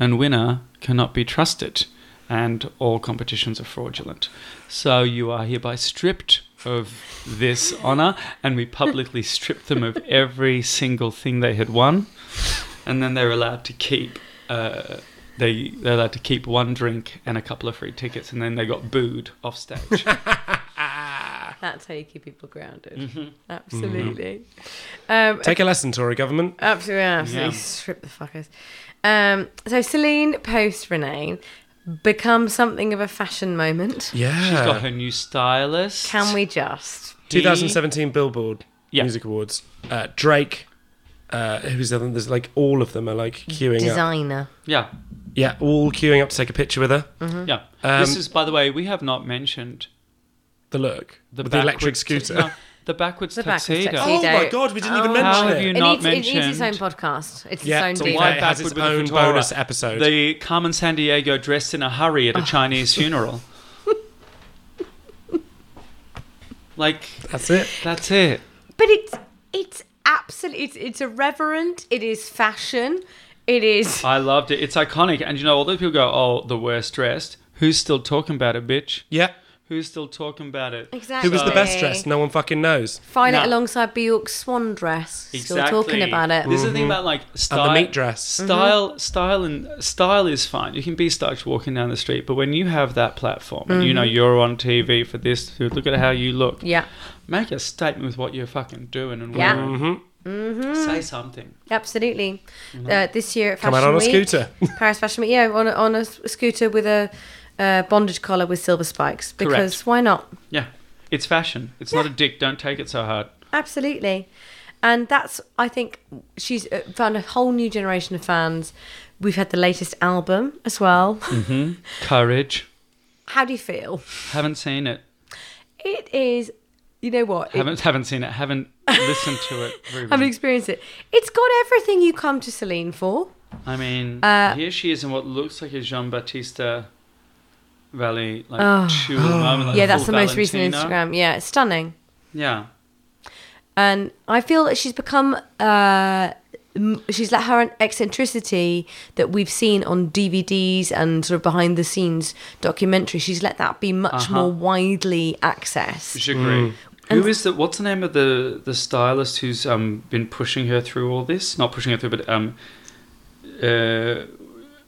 Speaker 5: and winner cannot be trusted. And all competitions are fraudulent. So you are hereby stripped of this honor, and we publicly stripped them of every single thing they had won, and then they were allowed to keep. Uh, they they're allowed to keep one drink and a couple of free tickets, and then they got booed off
Speaker 9: [LAUGHS]
Speaker 5: stage.
Speaker 8: That's how you keep people grounded. Absolutely. Um,
Speaker 9: Take a lesson, Tory government.
Speaker 8: Absolutely, absolutely.
Speaker 5: Yeah.
Speaker 8: Strip the fuckers. Um, so Celine post Renee becomes something of a fashion moment.
Speaker 9: Yeah.
Speaker 5: She's got her new stylist.
Speaker 8: Can we just?
Speaker 9: 2017 Billboard
Speaker 5: Yeah.
Speaker 9: Music Awards. Uh, Drake, uh, who's the other? There's like all of them are like queuing up.
Speaker 8: Designer.
Speaker 5: Yeah,
Speaker 9: Yeah, all queuing up to take a picture with her.
Speaker 5: yeah.
Speaker 9: Um,
Speaker 5: this is, by the way, we have not mentioned
Speaker 9: The look
Speaker 5: the,
Speaker 9: with the electric
Speaker 5: backwards- [LAUGHS]
Speaker 9: scooter.
Speaker 5: no, the backwards
Speaker 8: The backwards
Speaker 5: tuxedo.
Speaker 8: tuxedo.
Speaker 9: Oh my
Speaker 8: Tuxedo.
Speaker 9: god, we didn't even
Speaker 5: How have
Speaker 9: mention
Speaker 5: you
Speaker 9: it.
Speaker 8: It
Speaker 5: not
Speaker 8: needs, it needs its own
Speaker 5: mentioned?
Speaker 8: podcast. It's
Speaker 9: Yeah,
Speaker 8: its
Speaker 9: so
Speaker 8: own
Speaker 9: why
Speaker 8: diva.
Speaker 9: back- has Oh, its
Speaker 5: with the
Speaker 9: own
Speaker 5: fedora.
Speaker 9: bonus episode. Oh.
Speaker 5: The Carmen San Diego dressed in a hurry at a Chinese funeral.
Speaker 9: [LAUGHS]
Speaker 5: like
Speaker 9: That's it.
Speaker 5: that's it.
Speaker 8: But it's it's absolutely it's, it's irreverent. It is fashion. It is.
Speaker 5: I loved it. It's iconic. And you know, all those people go, "Oh, the worst dressed." Who's still talking about it, bitch?
Speaker 9: Yeah.
Speaker 5: Who's still talking about it?
Speaker 8: Exactly.
Speaker 9: Who was the best dressed? No one fucking knows.
Speaker 8: Find
Speaker 5: No.
Speaker 8: it alongside Bjork's swan dress. Still talking about it. Mm-hmm.
Speaker 5: This is the thing about like style,
Speaker 9: meat dress.
Speaker 5: style, style, and style is fine. You can be starched walking down the street, but when you have that platform and you know
Speaker 8: Mm-hmm.
Speaker 5: you're on TV for this, look at how you look.
Speaker 8: yeah.
Speaker 5: Make a statement with what you're fucking doing and
Speaker 8: Yeah. Mm-hmm.
Speaker 5: wearing.
Speaker 9: Mm-hmm.
Speaker 5: Say something.
Speaker 8: Absolutely. Uh, this year at Fashion
Speaker 9: Come out on a
Speaker 8: Week,
Speaker 9: scooter. [LAUGHS]
Speaker 8: Paris Fashion Week, yeah, on a, on a s- scooter with a uh, bondage collar with silver spikes. Because why not?
Speaker 5: Yeah, it's fashion. It's not a dick. Don't take it so hard.
Speaker 8: Absolutely. And that's, I think, she's uh, found a whole new generation of fans. We've had the latest album as well.
Speaker 5: Courage.
Speaker 8: [LAUGHS] How do you feel?
Speaker 5: Haven't seen it.
Speaker 8: It is, you know what? It,
Speaker 5: Haven't haven't seen it. Haven't listened to it. Ruben.
Speaker 8: [LAUGHS] haven't experienced it. It's got everything you come to Celine for.
Speaker 5: I mean,
Speaker 8: Uh,
Speaker 5: here she is in what looks like a Jean Battista Valley like tulle moment. Like
Speaker 8: Oh. [GASPS] yeah,
Speaker 5: a
Speaker 8: that's the
Speaker 5: full
Speaker 8: most recent
Speaker 5: Valentino.
Speaker 8: Instagram. Yeah, it's stunning.
Speaker 5: Yeah,
Speaker 8: and I feel that she's become uh, m- she's let her eccentricity that we've seen on DVDs and sort of behind the scenes documentary. She's let that be much more widely accessed.
Speaker 5: should agree. Who is the? What's the name of the the stylist who's um been pushing her through all this? Not pushing her through, but um, uh,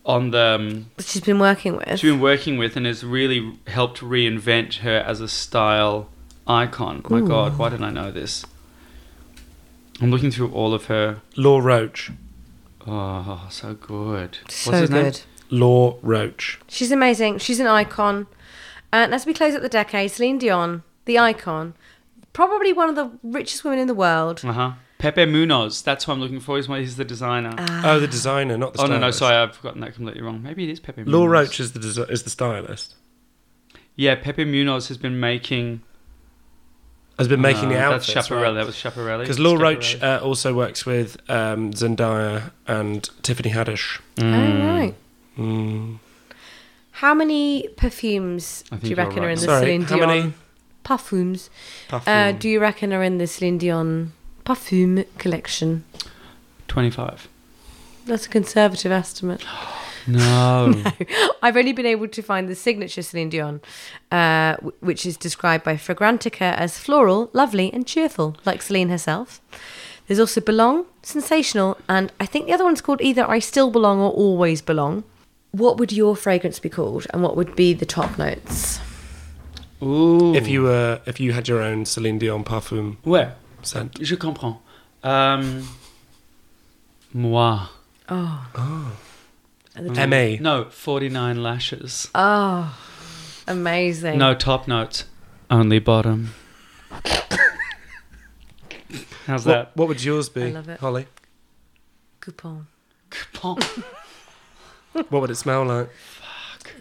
Speaker 5: on the. Um,
Speaker 8: that she's been working with.
Speaker 5: she's been working with and has really helped reinvent her as a style icon. My God, why didn't I know this? I'm looking through all of her.
Speaker 9: Law Roach.
Speaker 5: Oh, so good.
Speaker 8: so good.
Speaker 9: Law Roach.
Speaker 8: She's amazing. She's an icon. And as we close out the decade, Celine Dion, the icon, probably one of the richest women in the world.
Speaker 5: Uh huh. Pepe Munoz. That's who I'm looking for. He's, my, he's the designer.
Speaker 9: Oh, the designer, not the
Speaker 5: oh
Speaker 9: stylist.
Speaker 5: no, no, sorry, I've gotten that completely wrong. Maybe it is Pepe.
Speaker 9: Law
Speaker 5: Munoz.
Speaker 9: Roach is the desi- is the stylist.
Speaker 5: Yeah, Pepe Munoz has been making.
Speaker 9: Has been making the
Speaker 5: uh,
Speaker 9: outfits.
Speaker 5: That's Chaparelli. That was Chaparelli.
Speaker 9: Because Law
Speaker 5: It's
Speaker 9: Roach
Speaker 5: Schiaparelli.
Speaker 9: uh, also works with um, Zendaya and Tiffany Haddish. Mm.
Speaker 8: Oh, right. How many perfumes
Speaker 5: I think
Speaker 8: do you
Speaker 5: you're
Speaker 8: reckon
Speaker 5: right.
Speaker 8: are in the
Speaker 9: Sorry,
Speaker 8: Celine
Speaker 9: how
Speaker 8: Dion?
Speaker 9: many?
Speaker 8: Parfums. Uh,
Speaker 9: Parfum.
Speaker 8: do you reckon are in the Celine Dion parfum collection?
Speaker 5: Twenty-five.
Speaker 8: That's a
Speaker 5: [GASPS]
Speaker 8: conservative estimate. [LAUGHS]
Speaker 5: No.
Speaker 8: I've only been able to find the signature Celine Dion, uh, w- which is described by Fragrantica as floral, lovely, and cheerful, like Celine herself. There's also Belong, Sensational, and I think the other one's called either I Still Belong or Always Belong. What would your fragrance be called, and what would be the top notes?
Speaker 5: [LAUGHS] Ooh.
Speaker 9: if you were, if you had your own Celine Dion parfum
Speaker 5: Ouais,
Speaker 9: scent,
Speaker 5: je comprends. Um, moi.
Speaker 9: M A.
Speaker 5: No, forty-nine lashes.
Speaker 8: Oh, amazing.
Speaker 5: No top notes. Only bottom. How's that?
Speaker 9: What, what would yours be,
Speaker 8: I love it.
Speaker 9: Holly?
Speaker 8: Coupon.
Speaker 9: What would it smell like?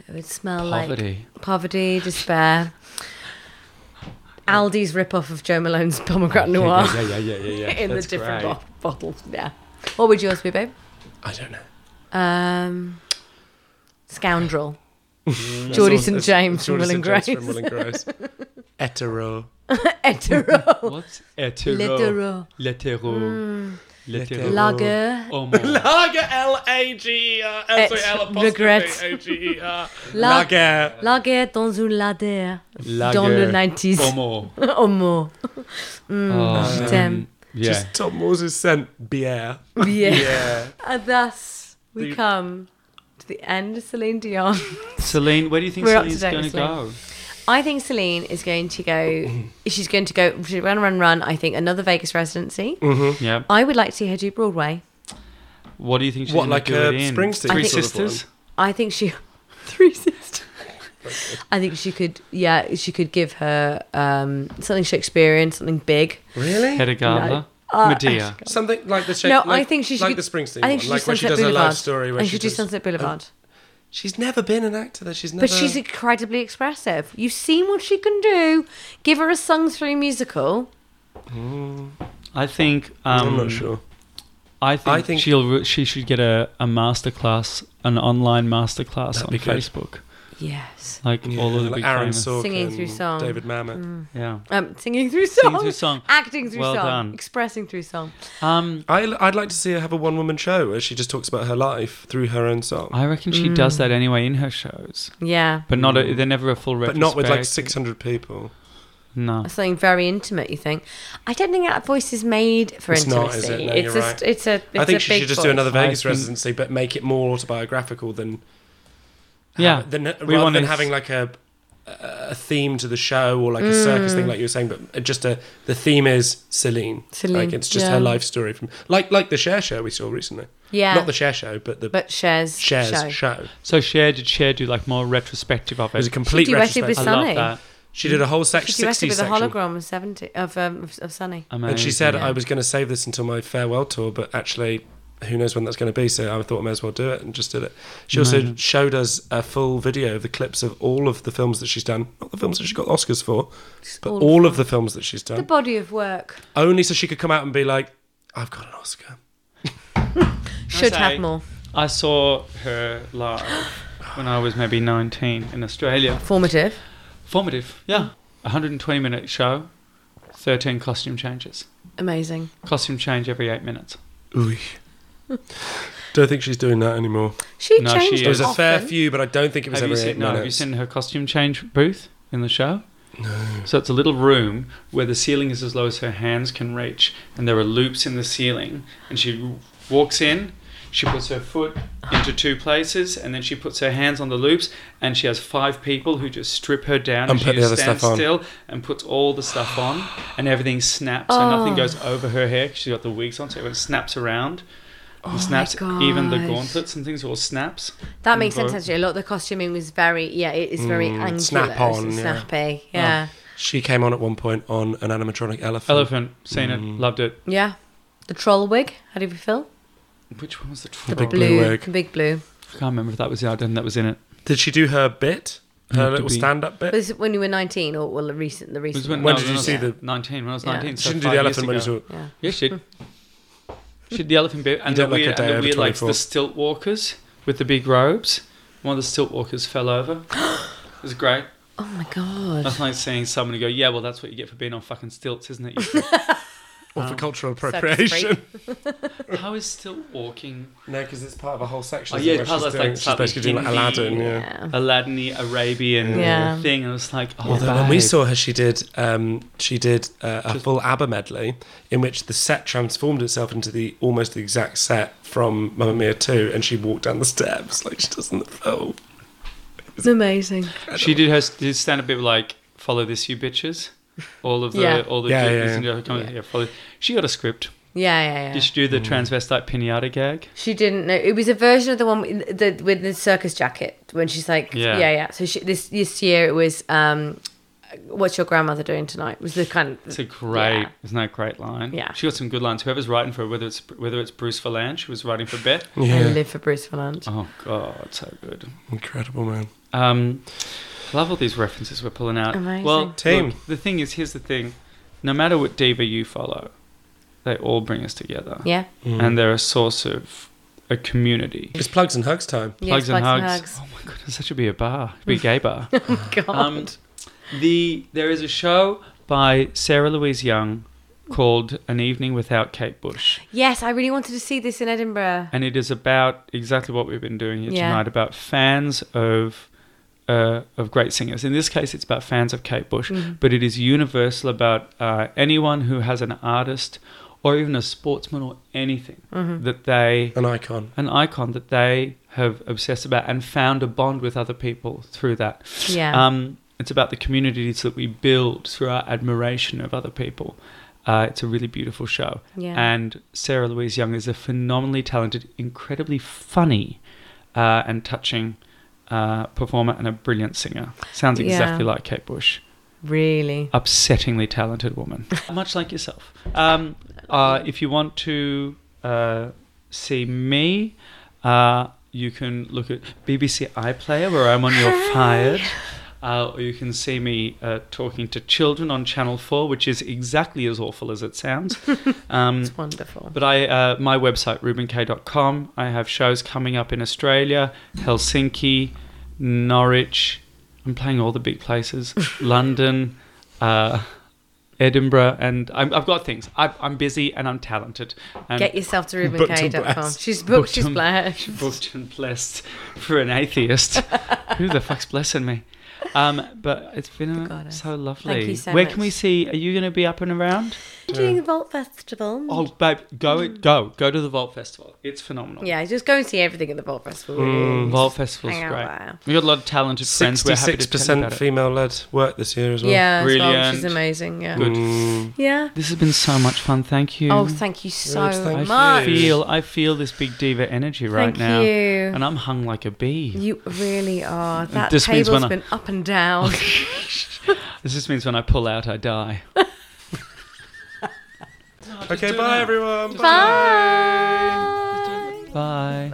Speaker 8: It would smell like
Speaker 5: Poverty.
Speaker 8: poverty, despair, Aldi's ripoff of Joe Malone's pomegranate noir
Speaker 9: Yeah, yeah, yeah, yeah, yeah. yeah.
Speaker 8: [LAUGHS] in the
Speaker 5: that's
Speaker 8: different
Speaker 5: great.
Speaker 8: bo- bottles. Yeah. What would yours be, babe?
Speaker 9: I don't know.
Speaker 8: Um, scoundrel. Geordie St. James from Will and
Speaker 9: Geordie
Speaker 8: Grace.
Speaker 9: St. James from Will and Grace.
Speaker 8: [LAUGHS]
Speaker 9: Etero. Oh.
Speaker 8: Etero.
Speaker 5: What's hetero?
Speaker 8: Letero.
Speaker 5: Letero. Letero.
Speaker 8: Lager.
Speaker 5: Homo.
Speaker 9: Lager, L-A-G-E-R.
Speaker 8: Et- sorry, L apostrophe regret.
Speaker 9: A-G-E-R.
Speaker 8: Lag- Lager dans une ladder.
Speaker 5: Lager.
Speaker 8: Dans le Mm, 90s. [LAUGHS]
Speaker 5: Homo.
Speaker 8: or more. Hmm.
Speaker 9: Um,
Speaker 5: Oh,
Speaker 8: Damn.
Speaker 5: yeah.
Speaker 9: Just Tom Moses sent beer.
Speaker 8: [LAUGHS] Yeah. And thus we come to the end of Celine Dion. [LAUGHS]
Speaker 5: Celine, where do you think
Speaker 8: We're up to
Speaker 5: Celine's
Speaker 8: date
Speaker 5: going to
Speaker 8: with Celine.
Speaker 5: go?
Speaker 8: I think Celine is going to
Speaker 9: [LAUGHS]
Speaker 8: go. She's going to go. She's going to run, run. I think another Vegas residency.
Speaker 5: Yeah.
Speaker 8: I would like to see her do Broadway.
Speaker 5: What do you think she's
Speaker 9: What,
Speaker 5: gonna
Speaker 9: like
Speaker 5: do
Speaker 9: a
Speaker 5: it in?
Speaker 9: Springsteen
Speaker 5: Three
Speaker 9: sort of
Speaker 5: sisters?
Speaker 8: I think she [LAUGHS] three sisters. I think she could, yeah, she could give her um, something Shakespearean, something big. Uh,
Speaker 9: Really?
Speaker 5: Hedda Gabler? Medea?
Speaker 9: Something like the Shake,
Speaker 8: no, I
Speaker 9: like-
Speaker 8: think she should.
Speaker 9: like
Speaker 8: do-
Speaker 9: the Springsteen
Speaker 8: I think
Speaker 9: one,
Speaker 8: she
Speaker 9: like
Speaker 8: should
Speaker 9: where
Speaker 8: do
Speaker 9: she
Speaker 8: Sunset
Speaker 9: does
Speaker 8: Boulevard.
Speaker 9: a love story. Where
Speaker 8: I
Speaker 9: she
Speaker 8: should do
Speaker 9: does-
Speaker 8: Sunset Boulevard.
Speaker 9: She's never been an actor. That she's never.
Speaker 8: But she's incredibly expressive. You've seen what she can do. Give her a sung through musical.
Speaker 5: I think. Um,
Speaker 9: I'm not sure.
Speaker 5: I think,
Speaker 9: I think-
Speaker 5: she'll re- she should get a, a masterclass, an online masterclass
Speaker 9: That'd
Speaker 5: on
Speaker 9: be good.
Speaker 5: Facebook.
Speaker 8: Yes.
Speaker 5: Like all of the
Speaker 9: like
Speaker 5: big
Speaker 9: Aaron
Speaker 5: famous.
Speaker 9: Sorkin,
Speaker 8: Singing through song.
Speaker 9: David Mamet.
Speaker 5: Yeah.
Speaker 8: Um, singing through song.
Speaker 5: through song.
Speaker 8: Acting through
Speaker 5: Well
Speaker 8: song.
Speaker 5: done.
Speaker 8: Expressing through song.
Speaker 5: Um,
Speaker 9: I, would like to see her have a one woman show where she just talks about her life through her own song,
Speaker 5: I reckon she does that anyway in her shows,
Speaker 8: Yeah.
Speaker 5: but not a, they're never a full
Speaker 9: Hmm. but not with like
Speaker 5: retrospect.
Speaker 9: six hundred people.
Speaker 5: No.
Speaker 8: Something very intimate, you think? I don't think that voice is made for
Speaker 9: It's not,
Speaker 8: intimacy.
Speaker 9: is it? No,
Speaker 8: it's,
Speaker 9: you're
Speaker 8: a,
Speaker 9: right.
Speaker 8: it's a. It's
Speaker 9: I
Speaker 8: a
Speaker 9: think she
Speaker 8: big
Speaker 9: should just
Speaker 8: voice.
Speaker 9: do another
Speaker 5: I
Speaker 9: Vegas
Speaker 5: think-
Speaker 9: residency, but make it more autobiographical than
Speaker 5: Yeah.
Speaker 9: than uh,
Speaker 5: We
Speaker 9: rather
Speaker 5: wanna
Speaker 9: than
Speaker 5: s-
Speaker 9: having like a a theme to the show or like a
Speaker 8: Mm.
Speaker 9: circus thing, like you were saying. But uh, just a the theme is Celine.
Speaker 8: Celine,
Speaker 9: like it's just
Speaker 8: yeah.
Speaker 9: her life story from like like the Cher show we saw recently.
Speaker 8: Yeah.
Speaker 9: not the Cher show, but the
Speaker 8: But Cher's
Speaker 9: Cher's
Speaker 8: show.
Speaker 9: show.
Speaker 5: So Cher did Cher do like more retrospective of
Speaker 9: It was a
Speaker 5: it?
Speaker 9: complete
Speaker 8: duetted
Speaker 9: retrospective.
Speaker 8: with
Speaker 5: I
Speaker 8: Sunny.
Speaker 5: love that.
Speaker 9: She did a whole
Speaker 8: She
Speaker 9: section,
Speaker 8: duetted
Speaker 9: sixty
Speaker 8: with a
Speaker 9: section.
Speaker 8: hologram of seventy of um, of, of Sunny.
Speaker 5: Amazing.
Speaker 9: And she said, I was going to save this until my farewell tour, but actually, who knows when that's going to be. So I thought I may as well do it and just did it. She also showed us a full video of the clips of all of the films that she's done. Not the films that she got Oscars for, but
Speaker 8: all
Speaker 9: all,
Speaker 8: of
Speaker 9: of the films that she's
Speaker 8: The
Speaker 9: done.
Speaker 8: body of work
Speaker 9: Only so she could come out and be like, I've got an Oscar.
Speaker 8: should
Speaker 5: say-
Speaker 8: have more
Speaker 5: I saw her live when I was maybe 19 in Australia.
Speaker 8: formative.
Speaker 5: Formative, yeah. 120 minute show, 13 costume changes.
Speaker 8: Amazing.
Speaker 5: Costume change every eight minutes.
Speaker 8: [LAUGHS]
Speaker 9: Ooh. don't think she's doing that anymore.
Speaker 8: She
Speaker 5: No,
Speaker 8: changed.
Speaker 5: she
Speaker 9: There was a
Speaker 8: often.
Speaker 9: fair few, but I don't think it was
Speaker 5: Have you,
Speaker 9: every eight
Speaker 5: seen, no, have you
Speaker 9: minutes.
Speaker 5: seen her costume change booth in the show? No. So it's a little room where the ceiling is as low as her hands can reach, and there are loops in the ceiling. And she walks in, she puts her foot into two places, and then she puts her hands on the loops. And she has five people who just strip her down
Speaker 9: And
Speaker 5: she
Speaker 9: put the
Speaker 5: just
Speaker 9: other
Speaker 5: stands
Speaker 9: stuff on.
Speaker 5: still and puts all the stuff on, and everything snaps, and nothing goes over her hair. 'cause She's got the wigs on, so everything snaps around. And snaps even the
Speaker 8: God.
Speaker 5: gauntlets and things all snaps.
Speaker 8: That makes
Speaker 5: Invo-
Speaker 8: sense actually. A lot of the costuming was very yeah, it is very angular,
Speaker 9: Mm, snap
Speaker 8: it's
Speaker 9: on, yeah. Oh.
Speaker 8: snappy. Yeah.
Speaker 9: She came on at one point on an animatronic elephant.
Speaker 5: Elephant, seen
Speaker 9: Mm.
Speaker 5: it, loved it.
Speaker 8: Yeah. The troll wig. How did you feel?
Speaker 5: Which one was the troll?
Speaker 8: The
Speaker 9: big blue wig.
Speaker 8: The big blue.
Speaker 5: I can't remember if that was the album that was in it.
Speaker 9: Did she do her bit?
Speaker 5: Had
Speaker 9: Her
Speaker 5: to
Speaker 9: little
Speaker 5: be.
Speaker 9: stand up bit?
Speaker 8: Was it when you were nineteen or well the recent the
Speaker 5: It was
Speaker 8: recent
Speaker 5: when,
Speaker 8: one?
Speaker 9: When
Speaker 5: no,
Speaker 9: did you
Speaker 5: I was
Speaker 9: see the-
Speaker 5: 19? When I was
Speaker 8: Yeah.
Speaker 5: 19.
Speaker 9: She
Speaker 5: so
Speaker 9: didn't do
Speaker 5: five
Speaker 9: the
Speaker 5: years
Speaker 9: elephant when
Speaker 5: ago.
Speaker 9: she was
Speaker 8: Yeah.
Speaker 5: Yeah, she did. she did the elephant bit. And
Speaker 9: You
Speaker 5: the
Speaker 9: don't look a
Speaker 5: weird,
Speaker 9: day
Speaker 5: and the
Speaker 9: over
Speaker 5: weird like the
Speaker 9: 24.
Speaker 5: stilt walkers with the big robes. One of the stilt walkers fell
Speaker 9: [GASPS]
Speaker 5: over. it was great.
Speaker 8: Oh my god.
Speaker 5: That's like seeing someone who go, yeah, well, that's what you get for being on fucking stilts, isn't it?
Speaker 9: [LAUGHS]
Speaker 5: You-
Speaker 9: Or
Speaker 5: Oh.
Speaker 9: for cultural
Speaker 8: Circus
Speaker 9: appropriation.
Speaker 5: How is stilt walking
Speaker 9: No, because it's part of a whole section.
Speaker 5: Oh,
Speaker 9: isn't
Speaker 5: yeah,
Speaker 9: it,
Speaker 5: it's
Speaker 9: where
Speaker 5: part of
Speaker 9: she's
Speaker 5: like
Speaker 9: doing- She's
Speaker 5: slightly
Speaker 9: basically doing like Aladdin,
Speaker 5: Hindi.
Speaker 9: yeah.
Speaker 8: Yeah.
Speaker 5: Aladdin Arabian
Speaker 8: Yeah.
Speaker 5: thing? And I was like, oh,
Speaker 9: Although when we
Speaker 5: babe.
Speaker 9: saw her, she did um, she did uh, a full ABBA medley in which the set transformed itself into the almost the exact set from Mamma Mia 2 and she walked down the steps like she does in the film.
Speaker 8: It's amazing.
Speaker 5: She did her did stand up bit like follow this you bitches. All of the
Speaker 8: Yeah.
Speaker 5: all the
Speaker 9: Yeah,
Speaker 5: dudes
Speaker 9: yeah,
Speaker 5: and her coming, yeah, follow. She got a script.
Speaker 8: Yeah, yeah, yeah.
Speaker 5: Did she do the
Speaker 9: Mm.
Speaker 5: transvestite pinata gag?
Speaker 8: She didn't know. It was a version of the one with the, with the circus jacket when she's like, yeah,
Speaker 5: Yeah.
Speaker 8: yeah. So she, this this year it was, um, what's your grandmother doing tonight? Was the kind of
Speaker 5: It's a great,
Speaker 8: Yeah.
Speaker 5: isn't that a great line?
Speaker 8: Yeah.
Speaker 5: she got some good lines. Whoever's writing for her, whether it's whether it's Bruce Valanche, who was writing for Beth.
Speaker 8: I
Speaker 9: Yeah,
Speaker 8: live for Bruce Valanche.
Speaker 5: Oh God, so good.
Speaker 9: incredible man.
Speaker 5: Um, Love all these references we're pulling out.
Speaker 8: Amazing.
Speaker 5: Well,
Speaker 9: Team.
Speaker 5: look, the thing is, here's the thing: no matter what diva you follow, they all bring us together,
Speaker 8: Yeah.
Speaker 9: Mm.
Speaker 5: and they're a source of a community.
Speaker 9: It's plugs and hugs time.
Speaker 8: Yes,
Speaker 5: Plugs and hugs. Oh my goodness, that should be a bar. It should be a gay bar.
Speaker 8: [LAUGHS] God.
Speaker 5: Um, the there is a show by Sarah Louise Young called An Evening Without Kate Bush,
Speaker 8: yes, I really wanted to see this in
Speaker 5: [LAUGHS]
Speaker 8: Edinburgh.
Speaker 5: and it is about exactly what we've been doing here
Speaker 8: Yeah.
Speaker 5: tonight about fans of. Uh, of great singers. In this case, it's about fans of Kate Bush,
Speaker 8: Mm-hmm.
Speaker 5: but it is universal about uh, anyone who has an artist or even a sportsman or anything
Speaker 8: Mm-hmm.
Speaker 5: that they
Speaker 9: An icon.
Speaker 5: an icon that they have obsessed about and found a bond with other people through that.
Speaker 8: Yeah.
Speaker 5: Um, it's about the communities that we build through our admiration of other people. Uh, it's a really beautiful show.
Speaker 8: Yeah.
Speaker 5: And Sarah Louise Young is a phenomenally talented, incredibly funny uh, and touching uh, performer and a brilliant singer. Sounds
Speaker 8: Yeah.
Speaker 5: exactly like Kate Bush
Speaker 8: Really.
Speaker 5: upsettingly talented woman, much like yourself. Um, uh, if you want to uh, see me, uh, you can look at BBC iPlayer, where I'm on Your Fired. Uh, or you can see me uh, talking to children on Channel 4, which is exactly as awful as it sounds. Um,
Speaker 8: It's wonderful.
Speaker 5: but I, uh, my website, rubenk.com, I have shows coming up in Australia, Helsinki, Norwich. I'm playing all the big
Speaker 8: [LAUGHS]
Speaker 5: places, London, uh, Edinburgh, and I'm, I've got things. I, I'm busy and I'm talented. And
Speaker 8: Get yourself to
Speaker 9: Booked and
Speaker 8: RubenK.com.
Speaker 9: blessed.
Speaker 8: She's booked, she's
Speaker 5: and-
Speaker 8: blessed.
Speaker 5: booked and [LAUGHS] blessed for an
Speaker 8: [LAUGHS]
Speaker 5: atheist. Who the fuck's blessing me? Um, but it's been a,
Speaker 8: goddess.
Speaker 5: so lovely.
Speaker 8: Thank you so
Speaker 5: Where
Speaker 8: much.
Speaker 5: can we see? Are you going to be up and around?
Speaker 8: [LAUGHS] Doing the Vault Festival.
Speaker 5: Oh, babe, go go go to the Vault Festival. It's phenomenal.
Speaker 8: Yeah, just go and see everything at the Vault Festival.
Speaker 5: Mm, Vault Festival's
Speaker 8: Hang out
Speaker 5: great.
Speaker 8: there.
Speaker 5: We got a lot of talented friends. We're happy to tell you
Speaker 9: Sixty-six
Speaker 5: about
Speaker 9: percent
Speaker 5: it.
Speaker 9: female-led work this year as well. Mm.
Speaker 8: Yeah, as well,
Speaker 5: Brilliant.
Speaker 8: she's amazing. Yeah. Mm.
Speaker 5: Good. Mm.
Speaker 8: Yeah.
Speaker 5: This has been so much fun. Thank you.
Speaker 8: Oh, thank you so
Speaker 9: Yes, thank you.
Speaker 8: much.
Speaker 9: you.
Speaker 5: feel I feel this big diva energy right
Speaker 8: Thank
Speaker 5: now,
Speaker 8: you.
Speaker 5: and I'm hung like a bee.
Speaker 8: You really are. That
Speaker 5: this means
Speaker 8: table's
Speaker 5: when I-
Speaker 8: been up and down.
Speaker 5: [LAUGHS] This just means when I pull out, I die.
Speaker 9: Okay, bye everyone.
Speaker 8: [LAUGHS] Bye.
Speaker 5: Bye.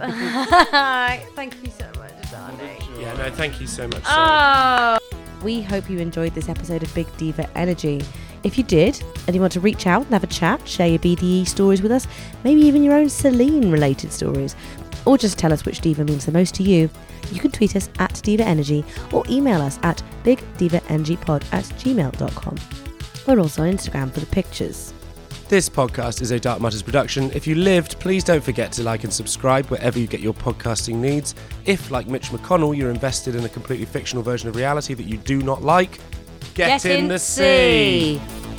Speaker 8: Bye. [LAUGHS] Thank you so much, darling.
Speaker 9: Yeah, no, thank you so much. Sarah.
Speaker 8: Oh.
Speaker 1: We hope you enjoyed this episode of Big Diva Energy. If you did, and you want to reach out and have a chat, share your BDE stories with us, maybe even your own Celine related stories, or just tell us which diva means the most to you, you can tweet us at Diva Energy or email us at bigdivaenergypod at gmail.com. We're also on Instagram for the pictures.
Speaker 9: This podcast is a Dark Matters production. If you lived, please don't forget to like and subscribe wherever you get your podcasting needs. If, like Mitch McConnell, you're invested in a completely fictional version of reality that you do not like, get, in, the sea.
Speaker 1: sea.